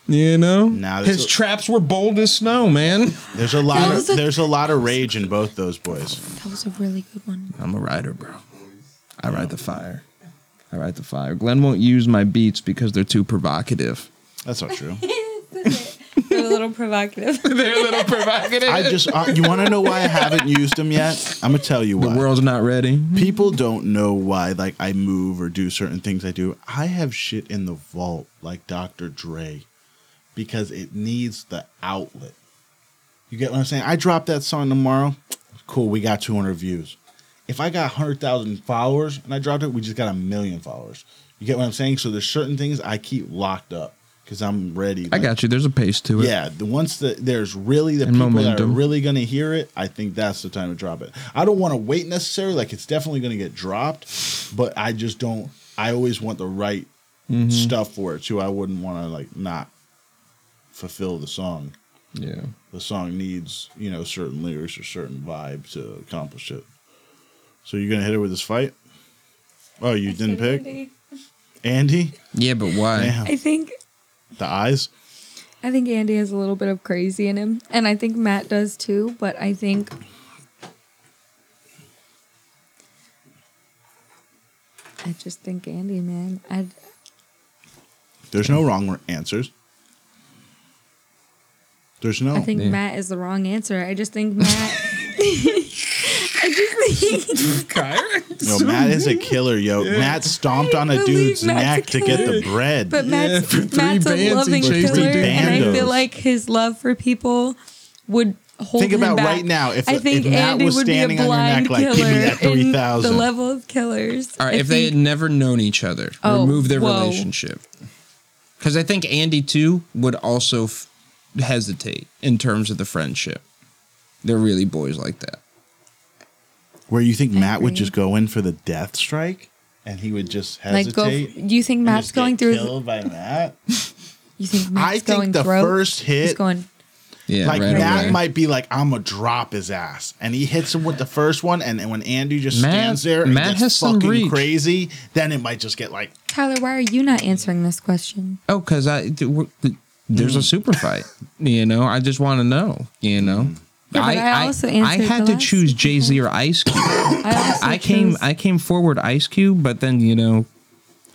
You know,
Nah, this
his
will-
traps were bold as snow, man.
There's a lot.
That
Of,
was a-
there's a lot of rage in both those boys.
That was a really good one.
I'm a rider, bro. I ride the fire. I ride the fire. Glenn won't use my beats because they're too provocative.
That's not true.
They're a little provocative.
they're a little provocative.
I just. Uh, you want to know why I haven't used them yet? I'm gonna tell you
the
why.
world's not ready.
People don't know why, like I move or do certain things I do. I have shit in the vault, like Dr. Dre, because it needs the outlet. You get what I'm saying? I drop that song tomorrow. Cool, we got 200 views. If I got 100,000 followers and I dropped it, we just got a million followers. You get what I'm saying? So there's certain things I keep locked up because I'm ready.
I got you. There's a pace to it.
Yeah, the once that there's really the
And
people that are
momentum.
really going to hear it, I think that's the time to drop it. I don't want to wait necessarily; like it's definitely going to get dropped, but I just don't. I always want the right
Mm-hmm.
stuff for it too. I wouldn't want to like not fulfill the song.
Yeah.
The song needs you know certain lyrics or certain vibe to accomplish it. So you're gonna hit it with this fight? Oh, you didn't pick Andy?
Yeah, but why?
Damn,
I think
the eyes.
I think Andy has a little bit of crazy in him, and I think Matt does too. But I think I just think Andy, man. I
There's no wrong answers. There's no.
I think
Yeah.
Matt is the wrong answer. I just think Matt. I just think
No, Matt is a killer, yo. Matt stomped on a
believe
dude's
Matt's a
neck to get the
killer.
bread.
But Matt's,
for three
Matt's
bands he
a loving
chased
killer,
three
and I feel
bandos.
like his love for people would hold
Think
him
about
back.
right now, if-
I think
if Matt
Andy
was
would be a
standing on your
blind
neck, like,
killer
"Give me that
in
3,000."
The level of killers.
All right,
I
if they had
think-
never known each other,
Oh,
remove their
whoa.
relationship. Because I think Andy too would also f- hesitate in terms of the friendship. They're really boys like that.
Where you think Matt would
agree.
just go in for the death strike and he would just
like
hesitate?
go, you think
and
Matt's
just get
going through?
killed by Matt.
You think Matt's
I
going
think the
throat?
first
He's
hit,
going.
Yeah,
like
right
Matt
away.
might be like, "I'm gonna drop his ass," and he hits him with the first one, and, and when Andy just
Matt-
stands there and
Matt
gets
has some
fucking
reach.
crazy, then it might just get like,
Tyler, why are you not answering this question?
oh, because I th- w- th- there's
Hmm.
a super fight. You know, I just want to know. You know,
Yeah, but I also
I
answered
had
the
to
last
choose Jay Z or Ice Cube.
I, also
I came
chose-
I came forward Ice Cube, but then you know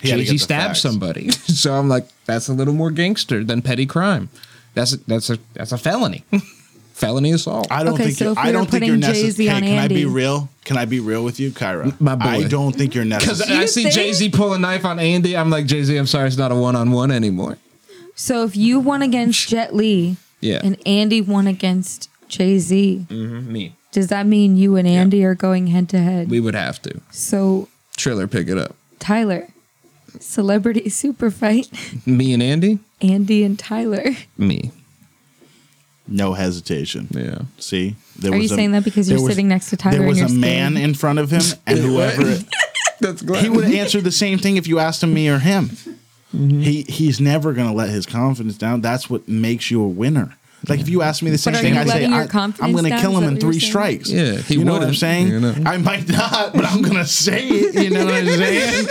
he had to
Jay Z
get the
stabbed
facts.
somebody. So I'm like, that's a little more gangster than petty crime. That's a, that's a that's a felony, felony assault.
I don't
Okay,
think
so
you're,
if we
I
were
don't think
putting
you're necessary.
Jay-Z
Hey,
on
can I be
Andy-
real? Can I be real with you, Kyra?
My boy.
I don't think you're
Because
necessary.
I see
think-
Jay Z pull a knife on Andy, I'm like Jay Z. I'm sorry, it's not a one on one anymore.
So if you won against Jet Li,
Yeah. Mm.
and Andy won against Jay Z,
Mm-hmm.
Me,
Does that mean you and Andy are going head to head?
we would have to.
So,
Triller, pick it up.
Tyler, celebrity super fight,
Me and Andy.
Andy and Tyler.
Me.
No hesitation.
Yeah.
See, there
Are you
a-
saying that because
there
you're
was-
sitting next to Tyler?
There was a
and you're
man
scared?
in front of him, and whoever
That's
he would have answered the same thing if you asked him me or him.
Mm-hmm.
He he's never gonna let his confidence down. That's what makes you a winner. Like if you ask me the same
are
thing,
you
I say
letting your
I, am
confidence
gonna
down?
kill
Is
him
that
in
what you're
three
saying?
strikes.
Yeah, he
you know what I'm
would've,
saying.
you know.
I might not, but I'm gonna say it. You know what I'm saying?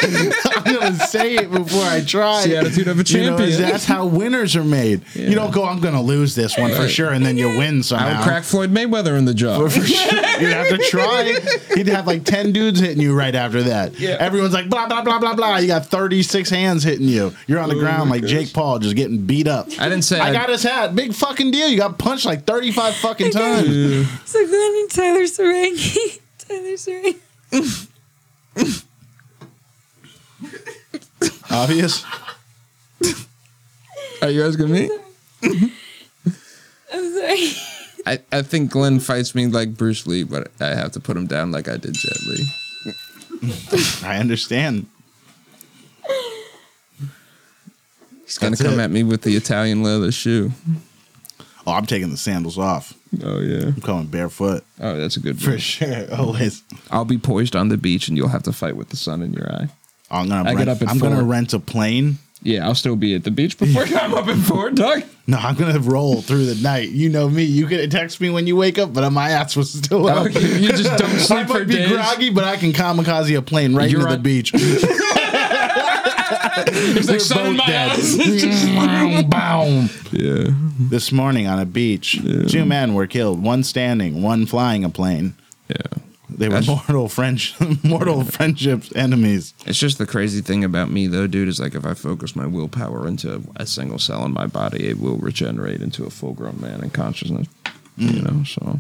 I'm gonna say it before I try.
It's the attitude of a
You know,
champion.
that's how winners are made. You
Yeah.
don't go, I'm gonna lose this one for
Right.
sure, and then you win somehow.
I would crack Floyd Mayweather in the jaw.
But for sure, you'd have to try. He'd have like ten dudes hitting you right after that.
Yeah.
Everyone's like blah blah blah blah blah. You got thirty six hands hitting you. You're
Oh
on the ground like Jake Paul, just getting beat up.
I didn't say
I
I'd-
got his hat. Big fucking deal. You got punched like thirty five fucking times.
So Glenn and Tyler Serengi. Tyler Serengi.
Obvious.
Are you asking me?
I'm sorry.
I, I think Glenn fights me like Bruce Lee, but I have to put him down like I did Jet Li.
I understand.
He's gonna
That's
come
it.
at me with the Italian leather shoe.
Oh, I'm taking the sandals off.
Oh yeah.
I'm coming barefoot
Oh, that's a good
for
one.
sure. Always.
I'll be poised on the beach, and you'll have to fight with the sun in your eye.
I'm gonna.
I
rent,
get up at
I'm gonna
four.
rent a plane.
Yeah, I'll still be at the beach before I'm up at four, dog.
No, I'm gonna roll through the night. You know me. You can text me when you wake up, but my ass was still
Oh,
up.
you- you just don't
I
sleep for
might be
days.
groggy, but I can kamikaze a plane right
You're
into
on-
the beach.
It's like sun in my eyes.
boom, boom.
Yeah.
This morning on a beach, two men were killed. One standing, one flying a plane.
Yeah.
They were
That's-
mortal French, mortal friendships enemies.
It's just the crazy thing about me, though, dude, is like if I focus my willpower into a single cell in my body, it will regenerate into a full grown man in consciousness.
Mm.
You know, so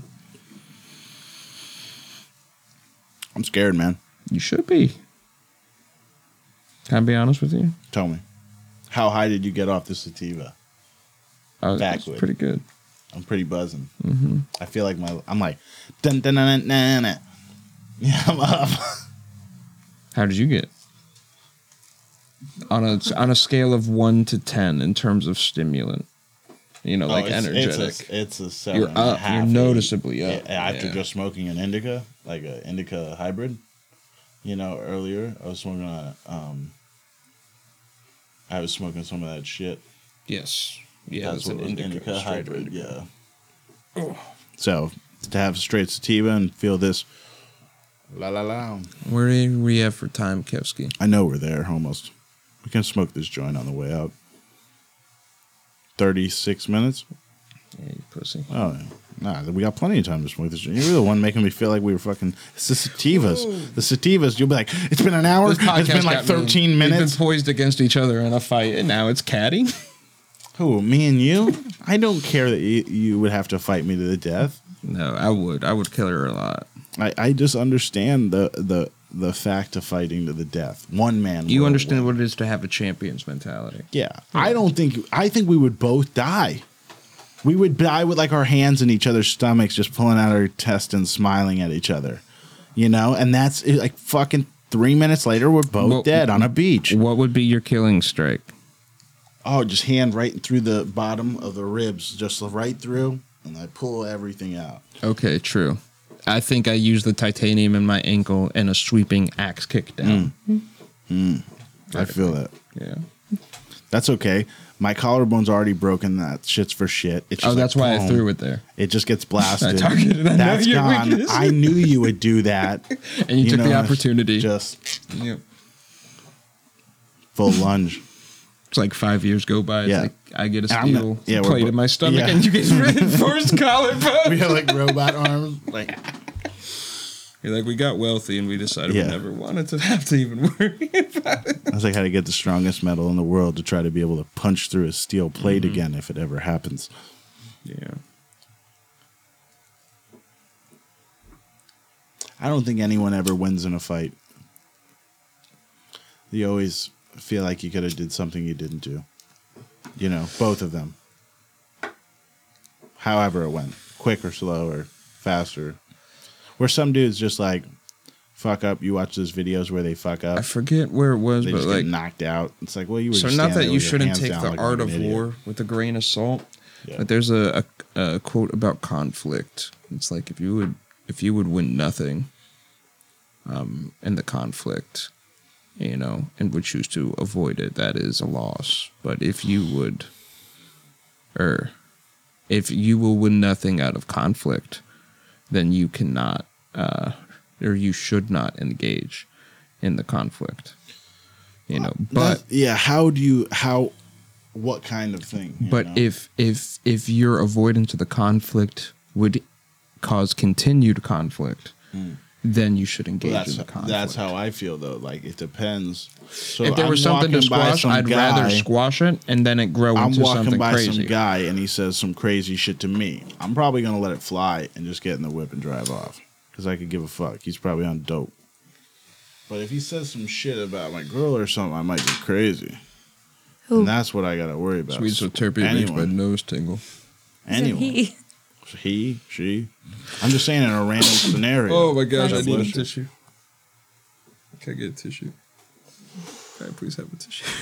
I'm scared, man.
you should be. Can I be honest with you?
Tell me, how high did you get off the sativa?
I was,
Backward.
pretty good.
I'm pretty buzzing.
Mm-hmm.
I feel like my I'm like dun dun dun dun dun. dun. Yeah, I'm up.
How did you get? On a on a scale of one to ten in terms of stimulant, you know, like
Oh, it's-
energetic.
It's a, it's a seven.
You're
and a
up.
half,
You're
eight.
noticeably
Yeah,
up.
after
Yeah.
just smoking an indica, like an indica hybrid. You know, earlier I was smoking a, um, I was smoking some of that shit.
yes, yeah, that's,
what
an
was
indica, straight
hybrid.
indica.
Yeah. So to have straight sativa and feel this, la la la.
Where are we at for time, Kevsky?
I know we're there almost. We can smoke this joint on the way out. Thirty-six minutes.
Yeah, you pussy.
Oh, nah, we got plenty of time to smoke this. You're the one making me feel like we were fucking. It's the sativas. The sativas. You'll be like, it's been an hour. It's been like 13 minutes.
We've been poised against each other in a fight, and now it's Caddy.
Who, me and you? I don't care that you, you would have to fight me to the death.
No, I would. I would kill her a lot.
I, I just understand the, the, the fact of fighting to the death. One man.
You
will
understand
win.
what it is to have a champion's mentality.
Yeah.
Hmm.
I don't think. I think we would both die. We would die with like our hands in each other's stomachs, just pulling out our chest and smiling at each other, you know. And that's it, like fucking three minutes later, we're both
Well-
dead on a beach.
What would be your killing strike?
Oh, just hand right through the bottom of the ribs, just right through, and I pull everything out.
Okay, true. I think I used the titanium in my ankle and a sweeping axe kick
Mm.
down.
I feel that.
Yeah.
That's okay. My collarbone's already broken. That shit's for shit. It's
Oh,
just
that's
like,
why I
boom.
threw it there.
It just gets blasted.
targeted- I know
That's
your
gone.
weakness.
I knew you would do that.
And you, took the
know,
opportunity.
Just
Yeah.
full lunge.
It's like five years go by. It's
Yeah.
like I get a
And I'm
steel
not- yeah, we're
plate
bo-
in my stomach,
yeah.
and you get reinforced collarbone.
we have like robot arms. Like
You're like, we got wealthy, and we decided
Yeah.
we never wanted to have to even worry.
that's like how to get the strongest metal in the world to try to be able to punch through a steel plate
Mm-hmm.
again if it ever happens.
Yeah.
I don't think anyone ever wins in a fight. You always feel like you could have did something you didn't do. You know, both of them. However it went, quick or slow or faster. Where some dudes just like fuck up. You watch those videos where they fuck up.
I forget where it was,
they
but
just
like,
get knocked out. It's like, well, you were
so
just
not
standing
that
there
you
with your
shouldn't
hands
take
down
the
like
art
an
of
idiot.
war with a grain of salt,
Yeah.
but there's a, a, a quote about conflict. It's like if you would if you would win nothing, um, in the conflict, you know, and would choose to avoid it, that is a loss. But if you would, or if you will win nothing out of conflict, then you cannot, uh, or you should not engage in the conflict. You know, but
That's- yeah, how do you how what kind of thing? you
but
know?
if if if your avoidance of the conflict would cause continued conflict, then you should engage
Hmm. Well, that's
in the conflict.
that's how I feel though. Like it depends. So
if there was
I'm
something to
walking by
squash,
some
I'd
guy-
rather squash it and then it grow
I'm
into
walking
something
by
crazy.
some guy and he says some crazy shit to me. I'm probably gonna let it fly and just get in the whip and drive off because I could give a fuck. He's probably on dope. But if he says some shit about my girl or something, I might be crazy.
Who?
And that's what I got to worry about.
Sweets with terpy makes my
Anyone.
nose tingle.
Is it
Anyone. He.
he?
she. I'm just saying in a random scenario.
Oh my gosh, I
God
need a
bless you.
tissue. Can I get a tissue? Can I please have a tissue?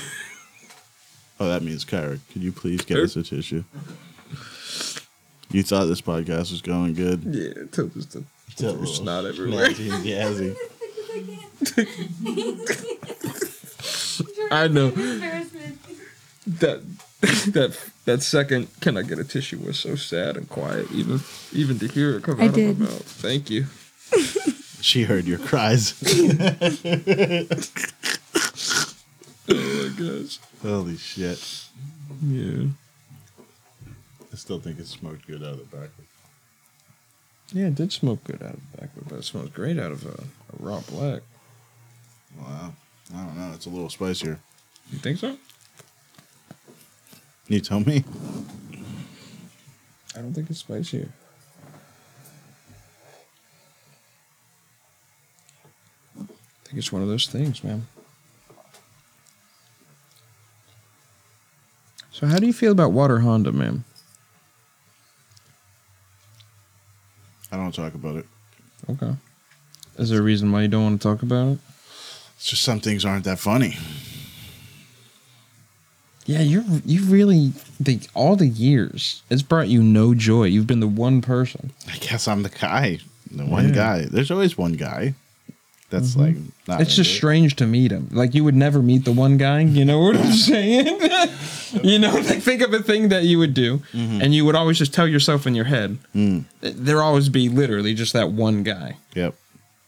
Oh, that means Kyra. Could you please get us a tissue? You thought this podcast was going good.
Yeah, tilt is the There's snot everywhere.
Snazzy and jazzy.
I know.
Embarrassment.
that that that second can I get a tissue was so sad and quiet even even to hear it come
I
out
did.
of my mouth. Thank you.
She heard your cries.
Oh my gosh.
Holy shit.
Yeah.
I still think it smoked good out of the backward.
Yeah, it did smoke good out of backward, but it smells great out of a, a raw black.
Wow. I don't know. It's a little spicier.
You think so?
You tell me.
I don't think it's spicy. I think it's one of those things, man. So how do you feel about Water Honda, man?
I don't talk about it.
Okay. Is there a reason why you don't want to talk about it?
It's just some things aren't that funny.
Yeah, you're you really the all the years it's brought you no joy. You've been the one person.
I guess I'm the guy. The one
Yeah. Mm-hmm.
guy. There's always one guy. That's like not
it's just
into it.
strange to meet him. Like you would never meet the one guy. You know what I'm saying? you know, like think of a thing that you would do, and you would always just tell yourself in your head.
Mm-hmm. Mm.
th- There always be literally just that one guy.
Yep.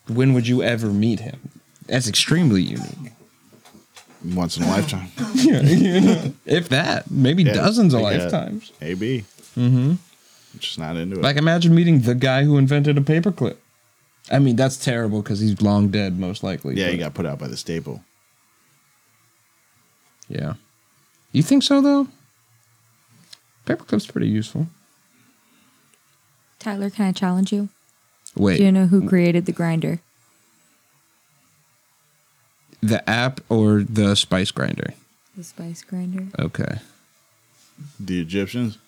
When would you ever meet him? That's extremely unique.
Once in a lifetime.
Yeah, you know, if that, maybe
Yeah,
dozens of
like, uh,
lifetimes.
AB.
Mhm.
Just not into it.
Like, imagine meeting the guy who invented a paperclip. I mean, that's terrible because he's long dead, most likely.
yeah,
but-
he got put out by the staple.
Yeah. You think so, though? Paperclip's pretty useful.
Tyler, can I challenge you?
Wait,
Do you know who created the grinder?
the app or the spice grinder?
The spice grinder.
Okay.
The Egyptians.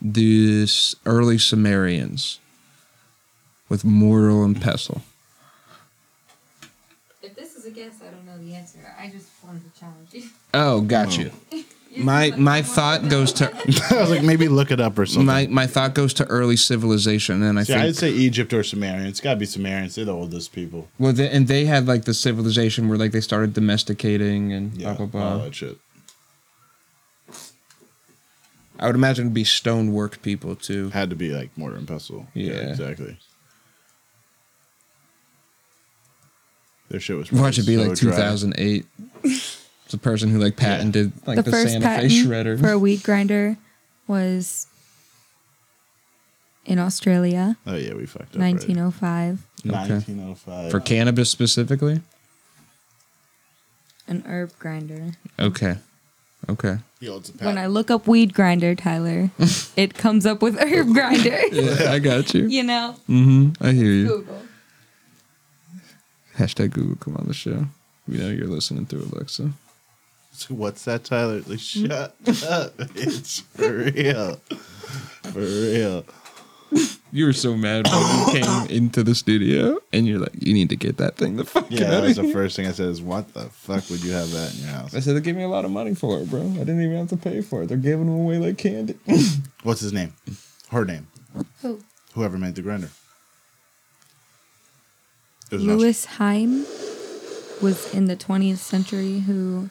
These early Sumerians with mortal and pestle.
If this is a guess, I don't know the answer. I just wanted to challenge you.
Oh, got you. My my thought goes to
I was like, maybe look it up or something.
my my thought goes to early civilization, and I
See,
think
I'd say Egypt or Sumerians. It's got to be Sumerians. They're the oldest people.
Well, the, and they had like the civilization where like they started domesticating and
Yeah, Uh-huh.
blah blah
all
blah.
that shit.
I would imagine it'd be stonework people too.
Had to be like mortar and pestle.
Yeah.
exactly. Their shit was.
Watch it be
so
like
dry.
2008. it's a person who like patented like the,
the first
Santa Fe
patent
shredder.
for a wheat grinder was in Australia,
Oh yeah, we fucked up. oh already.
1905.
Okay.
1905.
For cannabis specifically.
An herb grinder.
Okay. Okay.
Yo, it's a
When I
patent.
look up weed grinder, Tyler, it comes up with herb grinder.
Yeah, I got you.
you know,
Mm-hmm. I hear you.
Google.
Hashtag Google come on the show. We know you're listening through Alexa.
So What's that, Tyler? Like, shut up. It's for real. For real.
You were so mad when you came into the studio, and you're like, "You need to get that thing the fuck
Yeah,
out
that
of
was
here."
the first thing I said is, what the fuck would you have that in your house?
I said they gave me a lot of money for it, bro. I didn't even have to pay for it. They're giving them away like candy.
What's his name? Her name.
Who?
Whoever made the grinder. It was an Aus-
Louis Heim was in the 20th century who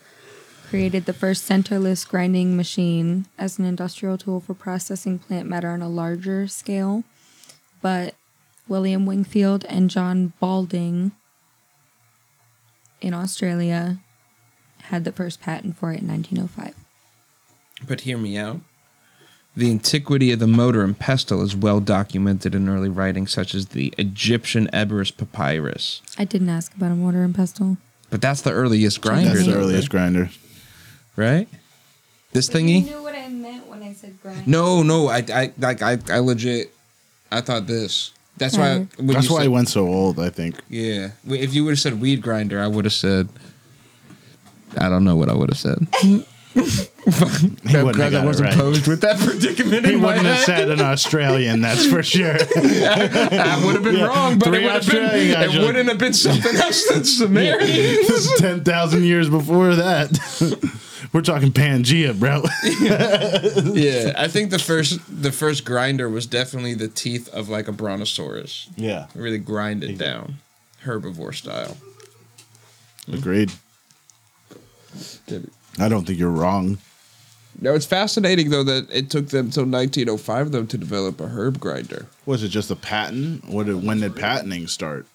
created the first centerless grinding machine as an industrial tool for processing plant matter on a larger scale. But William Wingfield and John Balding in Australia had the first patent for it in 1905.
But hear me out. The antiquity of the motor and pestle is well documented in early writings such as the Egyptian Eberus papyrus.
I didn't ask about a mortar and pestle.
But that's the earliest grinder,
That's the
though,
earliest grinder.
right? This
But You
thingy?
knew what I meant when I said grind.
No, no, I, I, like, I, I legit, I thought this. That's why.
Right.
when you
That's why
said-
I went so old, I think.
Yeah, if you would have said weed grinder, I would have said I don't know what I would have said. I'm
wouldn't have
glad
got
I
it
wasn't
right.
posed with that predicament.
He
in my
wouldn't have
head.
said an Australian, that's for sure.
I would have been wrong, but it
Three
would have been.
Australian guys,
It
you're-
wouldn't have been something else than Sumerian.
Ten thousand years before that, we're talking Pangea, bro.
yeah, I think the first the first grinder was definitely the teeth of like a brontosaurus.
yeah,
Really grind it
Exactly.
down, herbivore style.
agreed.
Did it.
I don't think you're wrong.
Now it's fascinating though that it took them till 1905 though to develop a herb grinder.
Was it just a patent? What did, when did patenting start?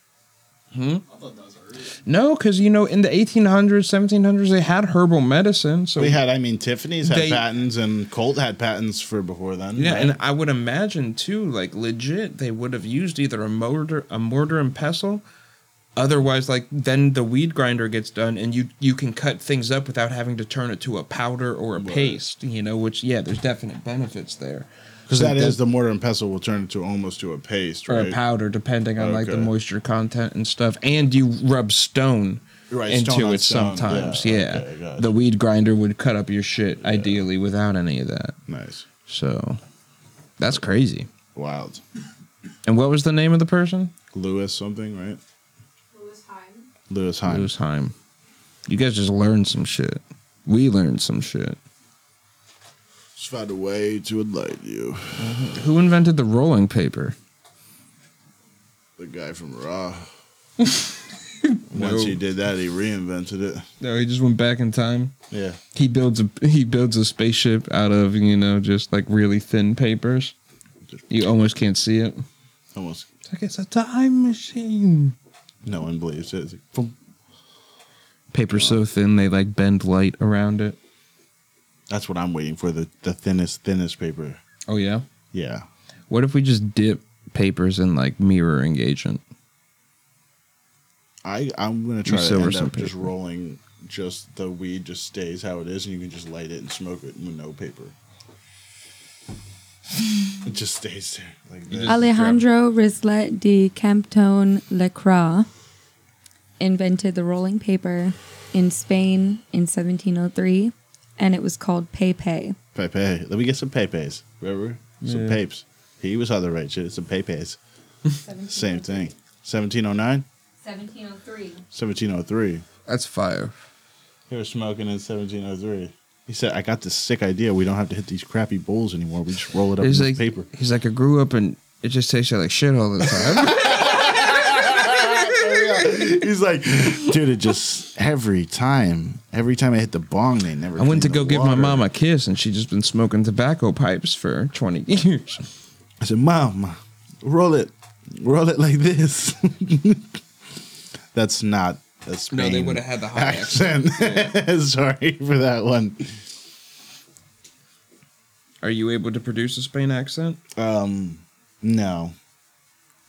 I thought that was early.
No, because you know in the 1800s, 1700s they had herbal medicine. So
They had, I mean, Tiffany's had
They-
patents and Colt had patents for before then.
Yeah,
right?
and I would imagine too, like legit, they would have used either a mortar, a mortar and pestle. Otherwise, like then the weed grinder gets done, and you you can cut things up without having to turn it to a powder or a
Right.
paste. You know, which yeah, there's definite benefits there.
Because
So
that is
that-
the mortar and pestle will turn it to almost to a paste,
Or
right?
a powder, depending on like the
Okay.
moisture content and stuff. And you rub stone
Right,
into
stone on
it
stone,
sometimes.
yeah,
Yeah,
okay, gotcha.
the weed grinder would cut up your shit ideally without any of that.
nice,
So that's crazy.
wild.
And what was the name of the person?
Lewis something, right?
Lewis Heim.
Lewis Hine.
Lewis Heim. You guys just learned some shit. We learned some shit.
Just found a way to enlighten you.
Who invented the rolling paper?
The guy from Raw. Once he did that, he reinvented it.
No, he just went back in time.
Yeah.
He builds a he builds a spaceship out of you know just like really thin papers. You almost can't see it.
Almost
It's like it's a time machine.
no one believes it. It's like, boom.
Paper so thin they like bend light around it.
That's what I'm waiting for the, the thinnest, thinnest paper.
Oh yeah.
Yeah.
What if we just dip papers in like mirroring agent?
I, I'm going to try to
silver
end
some
up just
paper.
rolling just the weed just stays how it is and you can just light it and smoke it with no paper. It just stays there like
You
that.
just-
Alejandro Rislet de Campton Lacroix invented the rolling paper in Spain in 1703, and it was called Pepe.
Pepe. Let me get some Pepe's. Remember? Some
Yeah.
papes. He was on the right shit. Some Pepe's. Same thing. 1709?
1703.
1703.
That's fire.
They were smoking in 1703. He said, I got this sick idea. We don't have to hit these crappy bowls anymore. We just roll it up in
He's
this
like
paper.
he's like I grew up and it just tasted like shit all the time.
He's like, dude, it just every time, every time I hit the bong, they never.
I went to
clean
go
the
give my
water.
mom a kiss, and she just been smoking tobacco pipes for 20 years.
I said, Mom, roll it, roll it like this. that's not. That's
No, they would've had the high
accent. Sorry for that one.
Are you able to produce a Spain accent?
Um, no,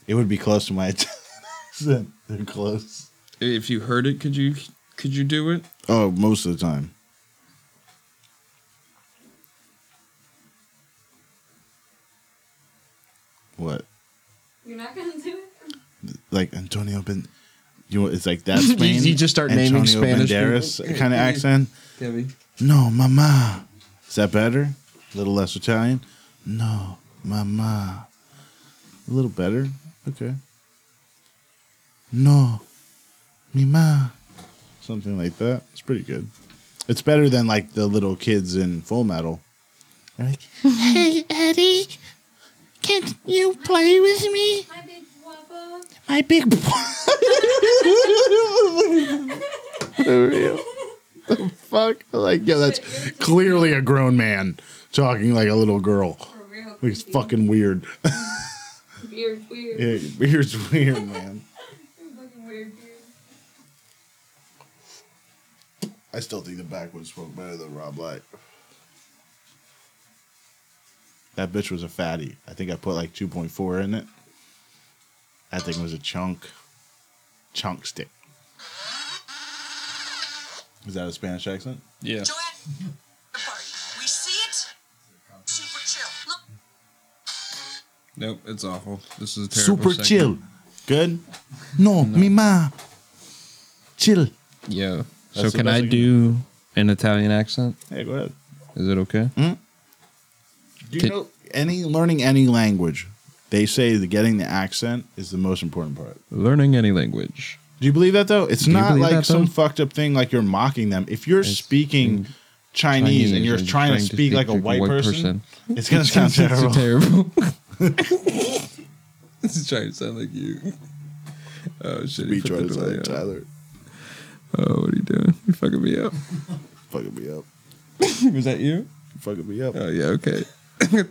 it would be close to my Italian accent. They're close.
If you heard it, could you could you do it?
Oh, most of the time. What?
You're not going to do it?
like Antonio Ben. You know, it's like that Spain.
you just start naming Spanish people.
kind of accent.
Debbie.
No, mama. Is that better? A little less Italian. No, mama. A little better. Okay. No, mi ma. Something like that. It's pretty good. It's better than like the little kids in Full Metal. They're like,
Hey, Eddie, can you play with me?
My big guava.
My big.
fuck. Like, yeah, that's clearly a grown man talking like a little girl.
For real.
Like, it's
creepy.
fucking weird.
Weird, weird.
Yeah, here's weird, man.
Fucking weird, dude.
I still think the backwoods spoke better than Rob Light. That bitch was a fatty. I think I put like 2.4 in it. That thing was a chunk. Chunk stick. Is that a Spanish accent?
Yeah.
Joanne, the party. We see it. Super chill. Look,
Nope, it's awful. This is a
Super chill. Good? No, mi ma. Chill.
Yeah. So
That's the
can
best
I
I can
do an Italian accent?
Hey, go ahead.
Is it okay?
Do you
Can-
know any learning any language? They say that getting the accent is the most important part.
Learning any language.
Do you believe that though? It's
Do you
not
believe
like
that, though?
some fucked up thing like you're mocking them. If you're
It's
speaking
in
Chinese, and you're trying, to speak like a white, person, it's gonna sound terrible.
terrible. this is trying to sound like you. Oh shit! he
Be
put
trying
the
to
delay
say,
on.
Tyler,
Oh, what are you doing? You're fucking me up.
fucking me up,
Was that you?
fucking me up.
Oh yeah. Okay.
he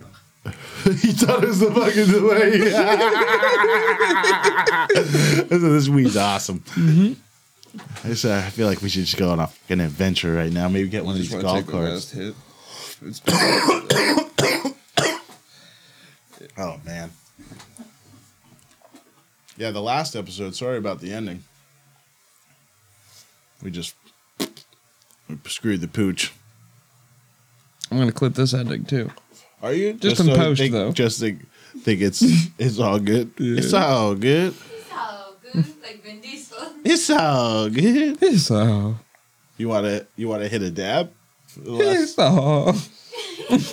thought it was the fucking delay. I said, this weed's awesome. I said, Mm-hmm. uh, I feel like we should just go on a fucking adventure right now. Maybe get one of these golf carts. Oh man. Yeah, the last episode. Sorry about the ending. We just we screwed the pooch.
I'm gonna clip this ending too.
Are you
Just in
so
post,
think-
though.
Just think, think it's it's all good.
Yeah.
It's all good.
So good, like Vin Diesel.
It's all good.
It's all.
You wanna you wanna hit a dab? For the last-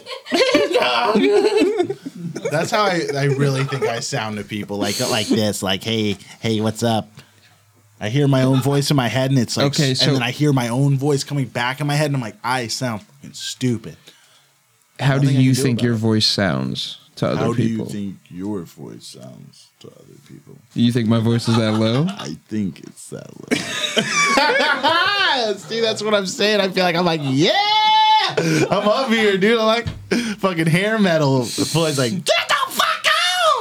It's all.
That's how I, I really think I sound to people like like this like hey hey what's up. I hear my own voice in my head and it's like
Okay, so-
and then I hear my own voice coming back in my head and I'm like I sound fucking stupid.
How do
Nothing I
you
can do
think
about
your
it.
voice sounds to other
How do you
people?
think your voice sounds to other people?
Do you think my voice is that low?
I think it's that low. See, that's what I'm saying. I feel like I'm like, yeah, I'm up here, dude. I'm like fucking hair metal. The boy's like, get the fuck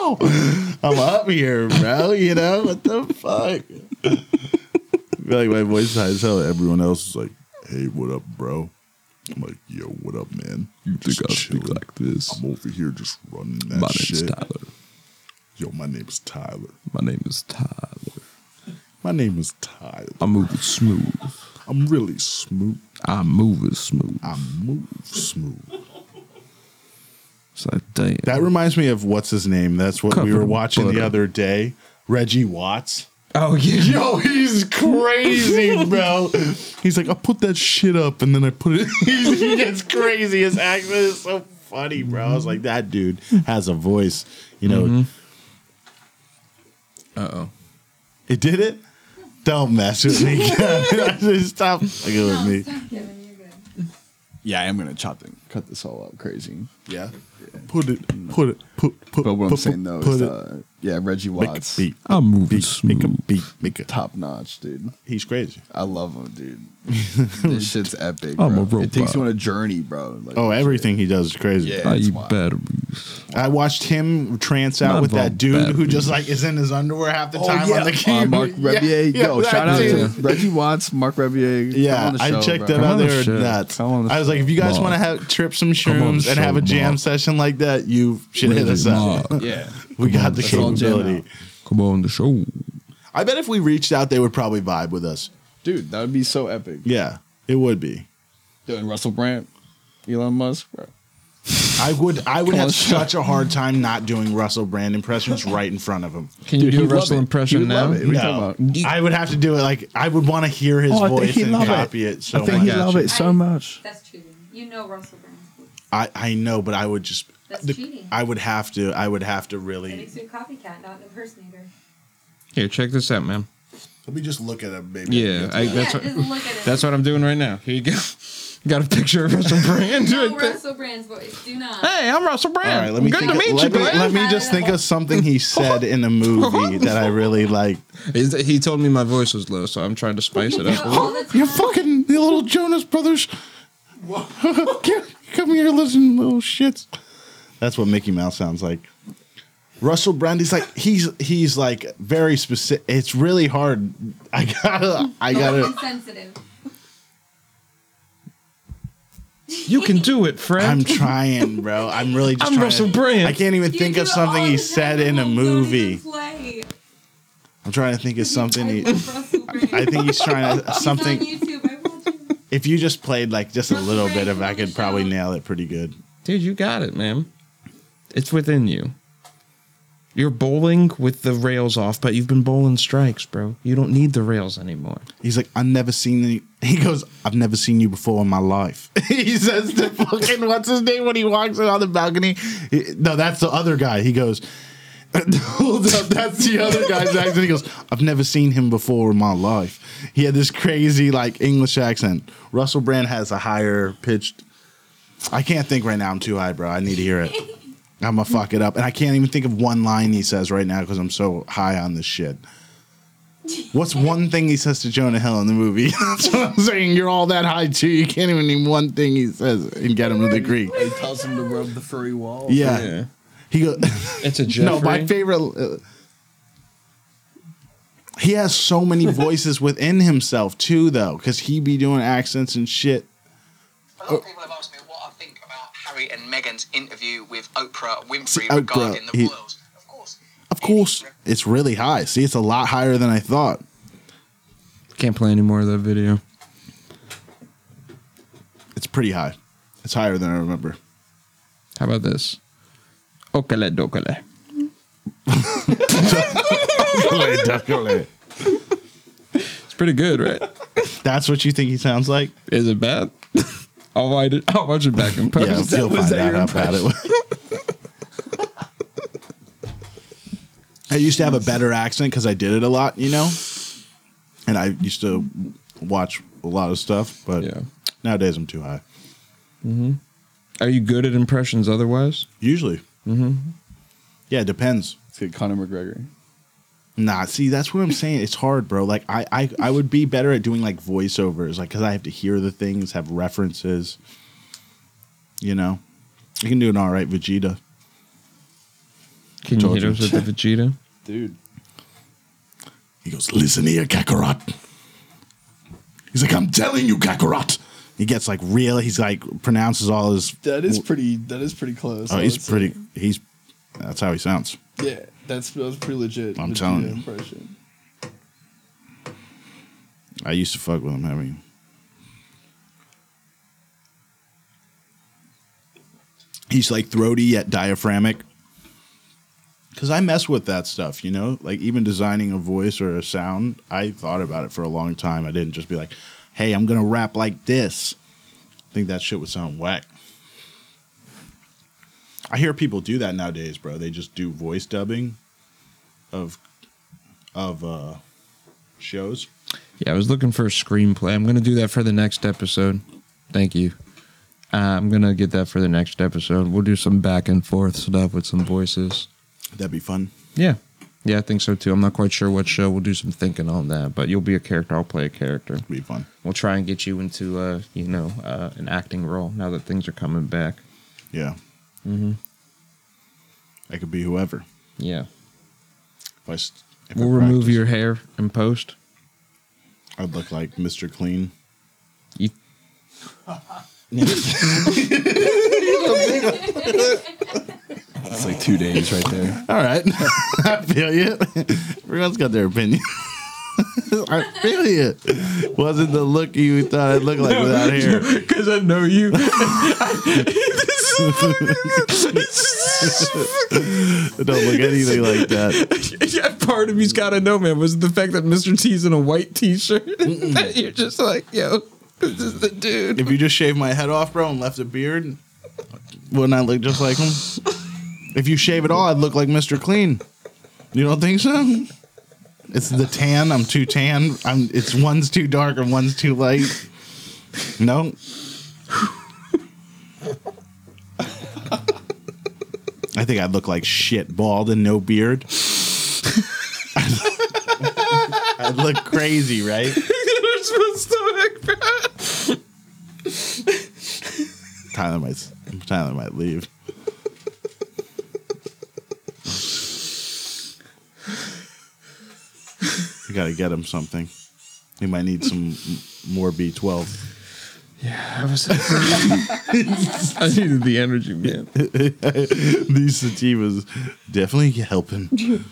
out. I'm up here, bro. You know what the fuck? I feel like my voice is high as hell. Everyone else is like, hey, what up, bro? I'm like, yo, what up, man? You
think I speak like this?
I'm over here just running that
My name's
shit.
Tyler.
Yo, my name's Tyler.
My name is Tyler.
My name is Tyler.
I move it smooth.
I'm really smooth.
I move it smooth.
I move smooth.
It's like, damn.
That reminds me of what's his name. That's what we
Covered
were
in
watching the
butter.
other day. Reggie Watts.
Oh yeah.
Yo, he's crazy, bro. He's like, I put that shit up and then I put it. he gets crazy. His accent is so funny, bro. I was like, that dude has a voice. You know.
Uh oh.
It did it. Don't mess with me. Kevin. Stop fucking with me.
Kevin, you're good.
Yeah, I am gonna chop and cut this all out crazy.
Yeah. Put it. Put it. Put. Put.
But what I'm
put,
saying though
put
is,
it.
uh, yeah, Reggie
Make a
Watts,
beat.
I move it
Beat. Make a
smooth.
beat. Make a.
top notch, dude.
He's crazy.
I love him, dude. this shit's epic. Bro.
I'm a
It
robot.
takes you on a journey, bro. Like,
Oh, everything he does is crazy.
Yeah.
I
That's
eat
wild.
batteries.
I watched him trance out
Not
with that
about
dude who
batteries.
just like is in his underwear half the
Oh,
time
yeah.
on the keyboard.
Uh, Mark Rebier,
yeah,
yo,
that
shout out to
dude.
Reggie Watts, Mark Rebier. Come
Yeah,
on the
I
show,
checked
bro.
that out.
on the
There,
show.
nuts.
Come on the
I was like, if you guys
Mark.
want to have trip some
Come on the
shrooms and
show,
have a jam
Mark.
session like that, you should hit us up.
Ma,
Yeah,
We got the
let's all jam
capability.
out.
Come on the show.
I bet if we reached out, they would probably vibe with us.
dude, that would be so epic.
Yeah, it would be.
Doing Russell Brand, Elon Musk, bro.
I would. I would
Come on,
have
show.
such a hard time not doing Russell Brand impressions right in front of him.
Can you
Dude,
do a
he'd love
Russell
it.
impression
He'd love
now?
it. What are you
No,
talking about?
I would have to do it like I would want to hear his
Oh, I think
voice
he'd
and
love it.
copy it. so
I think
much.
he love it so much.
That's cheating. You know Russell Brand.
I, I know, but I would just.
That's cheating.
I would have to. I would have to
That
really.
makes you a copycat, not an impersonator.
Here, check this out, man.
Let me just look at him, baby.
Yeah, I, that's
yeah,
what,
just look at it.
that's what I'm doing right now. Here you go. Got a picture of Russell Brand
no
right there.
Russell Brand's voice. Do not.
Hey, I'm Russell
All
Brand.
right, let me
Good
think
to meet you,
let, me,
man.
let me just think of something he said in a movie that I really like.
He's- He told me my voice was low, so I'm trying to spice it
You know,
up.
all the time.
You're fucking the little Jonas Brothers. Come here, listen, little shits. That's what Mickey Mouse sounds like. Russell Brand, he's like he's he's like very specific. It's really hard. I gotta, I gotta.
Insensitive.
You can do it,
I'm
friend.
trying, bro. I'm really just
I'm
trying
Russell
to,
Brand.
I can't even
You
think
do
of
it
something
all
he
the
said
time.
in a
Don't even
movie.
play.
I'm trying to think of something
I
he.
love Russell Brand.
I think he's trying to
He's On
something.
YouTube. I watch him.
If you just played like just a
Russell
little
Brand
bit of, I
on the
could probably
show.
nail it pretty good.
Dude, you got it, man. It's within you. You're bowling with the rails off, but you've been bowling strikes, bro. You don't need the rails anymore.
He's like, I've never seen any. He goes, I've never seen you before in my life. he says to fucking what's his name when he walks in on the balcony. He- no, that's the other guy. He goes, holds up, that's the other guy's accent. He goes, I've never seen him before in my life. He had this crazy like English accent. Russell Brand has a higher pitched. I can't think right now. I'm too high, bro. I need to hear it. I'm gonna fuck it up, and I can't even think of one line he says right now because I'm so high on this shit. What's one thing he says to Jonah Hill in the movie? That's what I'm saying. You're all that high too. You can't even name one thing he says and get him to the creek.
He tells him to rub the furry wall.
Yeah. He goes.
It's a Jeffrey.
no, my favorite. Uh, he has so many voices within himself too, though, because he be doing accents and shit.
A
Oh.
lot of people have asked me what I think about Harry and Meghan's interview with Oprah Winfrey
Oprah,
regarding the
he-
royals. Of course,
Of course, it's really high. See, it's a lot higher than I thought.
Can't play any more of that video.
It's pretty high. It's higher than I remember.
How about this? Okale dokale. It's pretty good, right?
That's what you think he sounds like?
Is it bad? I'll watch it. I'll watch it back in
Yeah,
post.
you'll
was
find
that
out
your
how bad it was. I used to have a better accent because I did it a lot, you know, and I used to watch a lot of stuff. But
Yeah.
nowadays, I'm too high.
Are you good at impressions? Otherwise,
Usually, mm-hmm. yeah, it depends.
It's like Conor McGregor.
Nah, see, that's what I'm saying. It's hard, bro. Like, I, I, I would be better at doing like voiceovers, like, because I have to hear the things, have references. You know, I can do an all right Vegeta.
can you
Told
hit
you.
us with the Vegeta?
Dude.
He goes, Listen here, Kakarot. He's like, I'm telling you, Kakarot. He gets like real. He's like pronounces all his.
That is pretty that is pretty close.
Oh,
I
he's
would say.
pretty. He's. That's how he sounds.
Yeah, that's that was pretty legit.
I'm
Vegeta
telling you.
Impression.
I used to fuck with him. I mean, he's like throaty yet diaphragmic. Because I mess with that stuff, you know? Like, even designing a voice or a sound, I thought about it for a long time. I didn't just be like, hey, I'm going to rap like this. I think that shit would sound whack. I hear people do that nowadays, bro. They just do voice dubbing of of uh shows.
Yeah, I was looking for a screenplay. I'm gonna do that for the next episode. Thank you. Uh, I'm gonna get that for the next episode. We'll do some back and forth stuff with some voices.
That'd be fun.
Yeah, yeah, I think so too. I'm not quite sure what show. We'll do some thinking on that. But you'll be a character. I'll play a character.
It'd be fun.
We'll try and get you into uh, you know uh, an acting role now that things are coming back.
Yeah. Mm-hmm. I could be whoever.
Yeah,
If I, s- if I
we'll remove
practice,
your hair and post.
I'd look like Mr. Clean.
You-
It's like two days right there.
All right. I feel you. Everyone's got their opinion. I feel you. Wasn't the look you thought it looked like without hair.
Because I know you.
It don't look anything like that.
yeah, part of me's got to know, man, was the fact that Mr. T's in a white T-shirt. that you're just like, yo, this is the dude.
If you just shaved my head off, bro, and left a beard, wouldn't I look just like him? If you shave it all, I'd look like Mr. Clean. You don't think so? It's the tan. I'm too tan. I'm. It's one's too dark and one's too light. No. I think I'd look like shit, bald and no beard. I'd look crazy, right? Tyler might. Tyler might leave. We gotta get him something. He might need some m- more B twelve.
I was. I needed the energy, man.
These sativas definitely help him.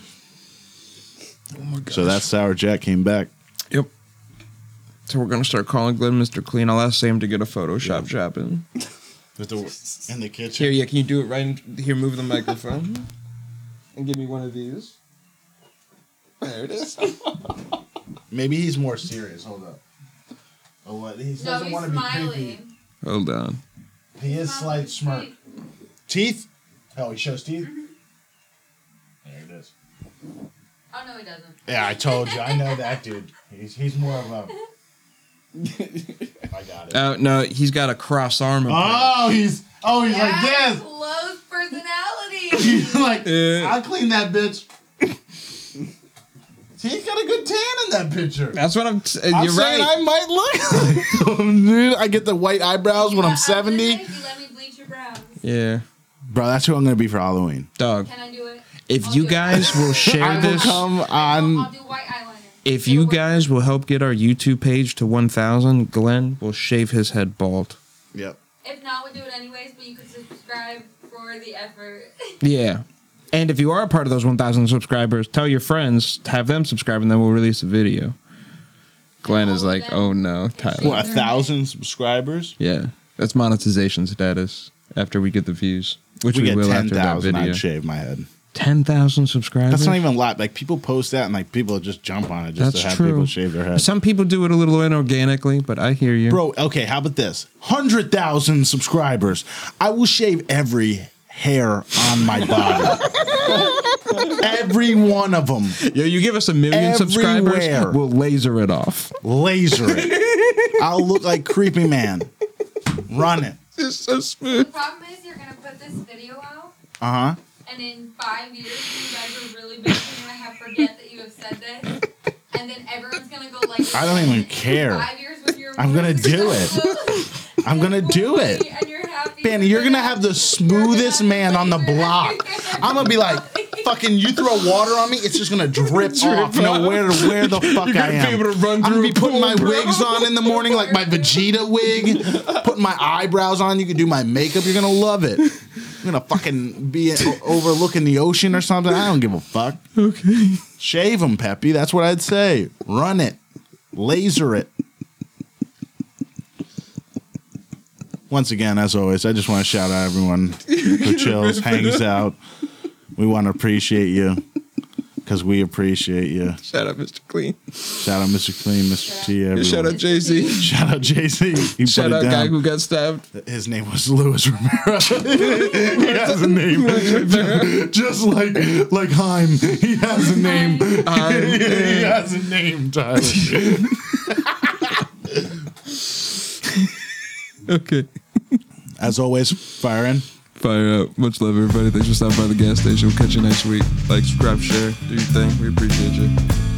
Oh my god.
So that sour jack came back.
Yep. So we're gonna start calling Glenn Mr. Clean. I'll ask Sam to get a Photoshop job in.
in the kitchen.
Here, yeah, can you do it right in, here? Move the microphone. and give me one of these. There it is.
Maybe he's more serious. Hold up. Oh, what? He
No,
doesn't want
he's
to be creepy.
smiling.
Hold on.
He is slight smirk. Teeth? Oh, he shows teeth.
Mm-hmm.
There it is.
Oh no, he doesn't.
Yeah, I told you. I know that dude. He's he's more of a. I got it.
Oh no, he's got a cross arm. approach.
oh, he's oh he's like
Yeah,
this.
Close personality.
He's like,
Eh.
I'll clean that bitch. He's got a good tan in that picture.
That's what I'm. T- uh,
I'm
you're
saying
right.
I might look. like him, dude, I get the white eyebrows when
Yeah,
I'm
was gonna
70.
say, if you let me bleach your brows.
yeah,
Bro, that's who I'm going to be for Halloween.
dog.
Can I do it?
If
I'll
you
do it.
guys will share
I will
this,
come
I'll
on.
do white eyeliner.
if
It'll
you
work.
guys will help get our YouTube page to 1,000, Glenn will shave his head bald.
Yep.
If not, we'll do it anyways. But you can subscribe for the effort.
Yeah. And if you are a part of those 1,000 subscribers, tell your friends, have them subscribe, and then we'll release a video. Glenn is like, oh no, Tyler.
What, a thousand subscribers?
Yeah. That's monetization status after we get the views, which
We,
we,
get
will after that
10,000.
video.
I'd shave my head.
10,000 subscribers?
That's not even a lot. Like, people post that and, like, people just jump on it just
That's
to have
true.
people shave their head.
Some people do it a little inorganically, but I hear you.
Bro, okay, how about this? 100,000 subscribers. I will shave every hair on my body. every one of them.
Yo, you give us a million
Everywhere.
subscribers, we'll laser it off.
Laser it. I'll look like Creepy Man. Run it.
It's so smooth.
The problem is you're gonna put this video out,
Uh huh.
and in five years you guys are really big, and you're gonna have forget that you have said this, and then everyone's gonna go like.
I don't even care.
Five years when you're
I'm gonna do it. I'm gonna do it.
And you're happy.
Banny, you're gonna have the smoothest man on the block. I'm gonna be like, fucking, you throw water on me, it's just gonna drip off. No, where, where the fuck
You're gonna
I
be
am.
able to run
I'm gonna
through
be
a
putting
pool,
my
bro.
wigs on in the morning, like my Vegeta wig, putting my eyebrows on. You can do my makeup. You're gonna love it. I'm gonna fucking be o- overlooking the ocean or something. I don't give a fuck. Okay. Shave him, Peppy. That's what I'd say. Run it. Laser it. Once again, as always, I just want to shout out everyone who chills, hangs out. We want to appreciate you because we appreciate you.
Shout out, Mr. Clean.
Shout out Mr. Clean, Mr. T. Everyone.
Shout out, Jay Z.
Shout out Jay Z. He
Shout
put
out,
it
guy
down.
who got stabbed.
His name was Luis Romero. he has a name, just like like Heim. He has a name. he has a name, Tyler.
Okay.
As always, firing.
Fire up. Much love, everybody. Thanks for stopping by the gas station. We'll catch you next week. Like, subscribe, share, do your thing. We appreciate you. Oh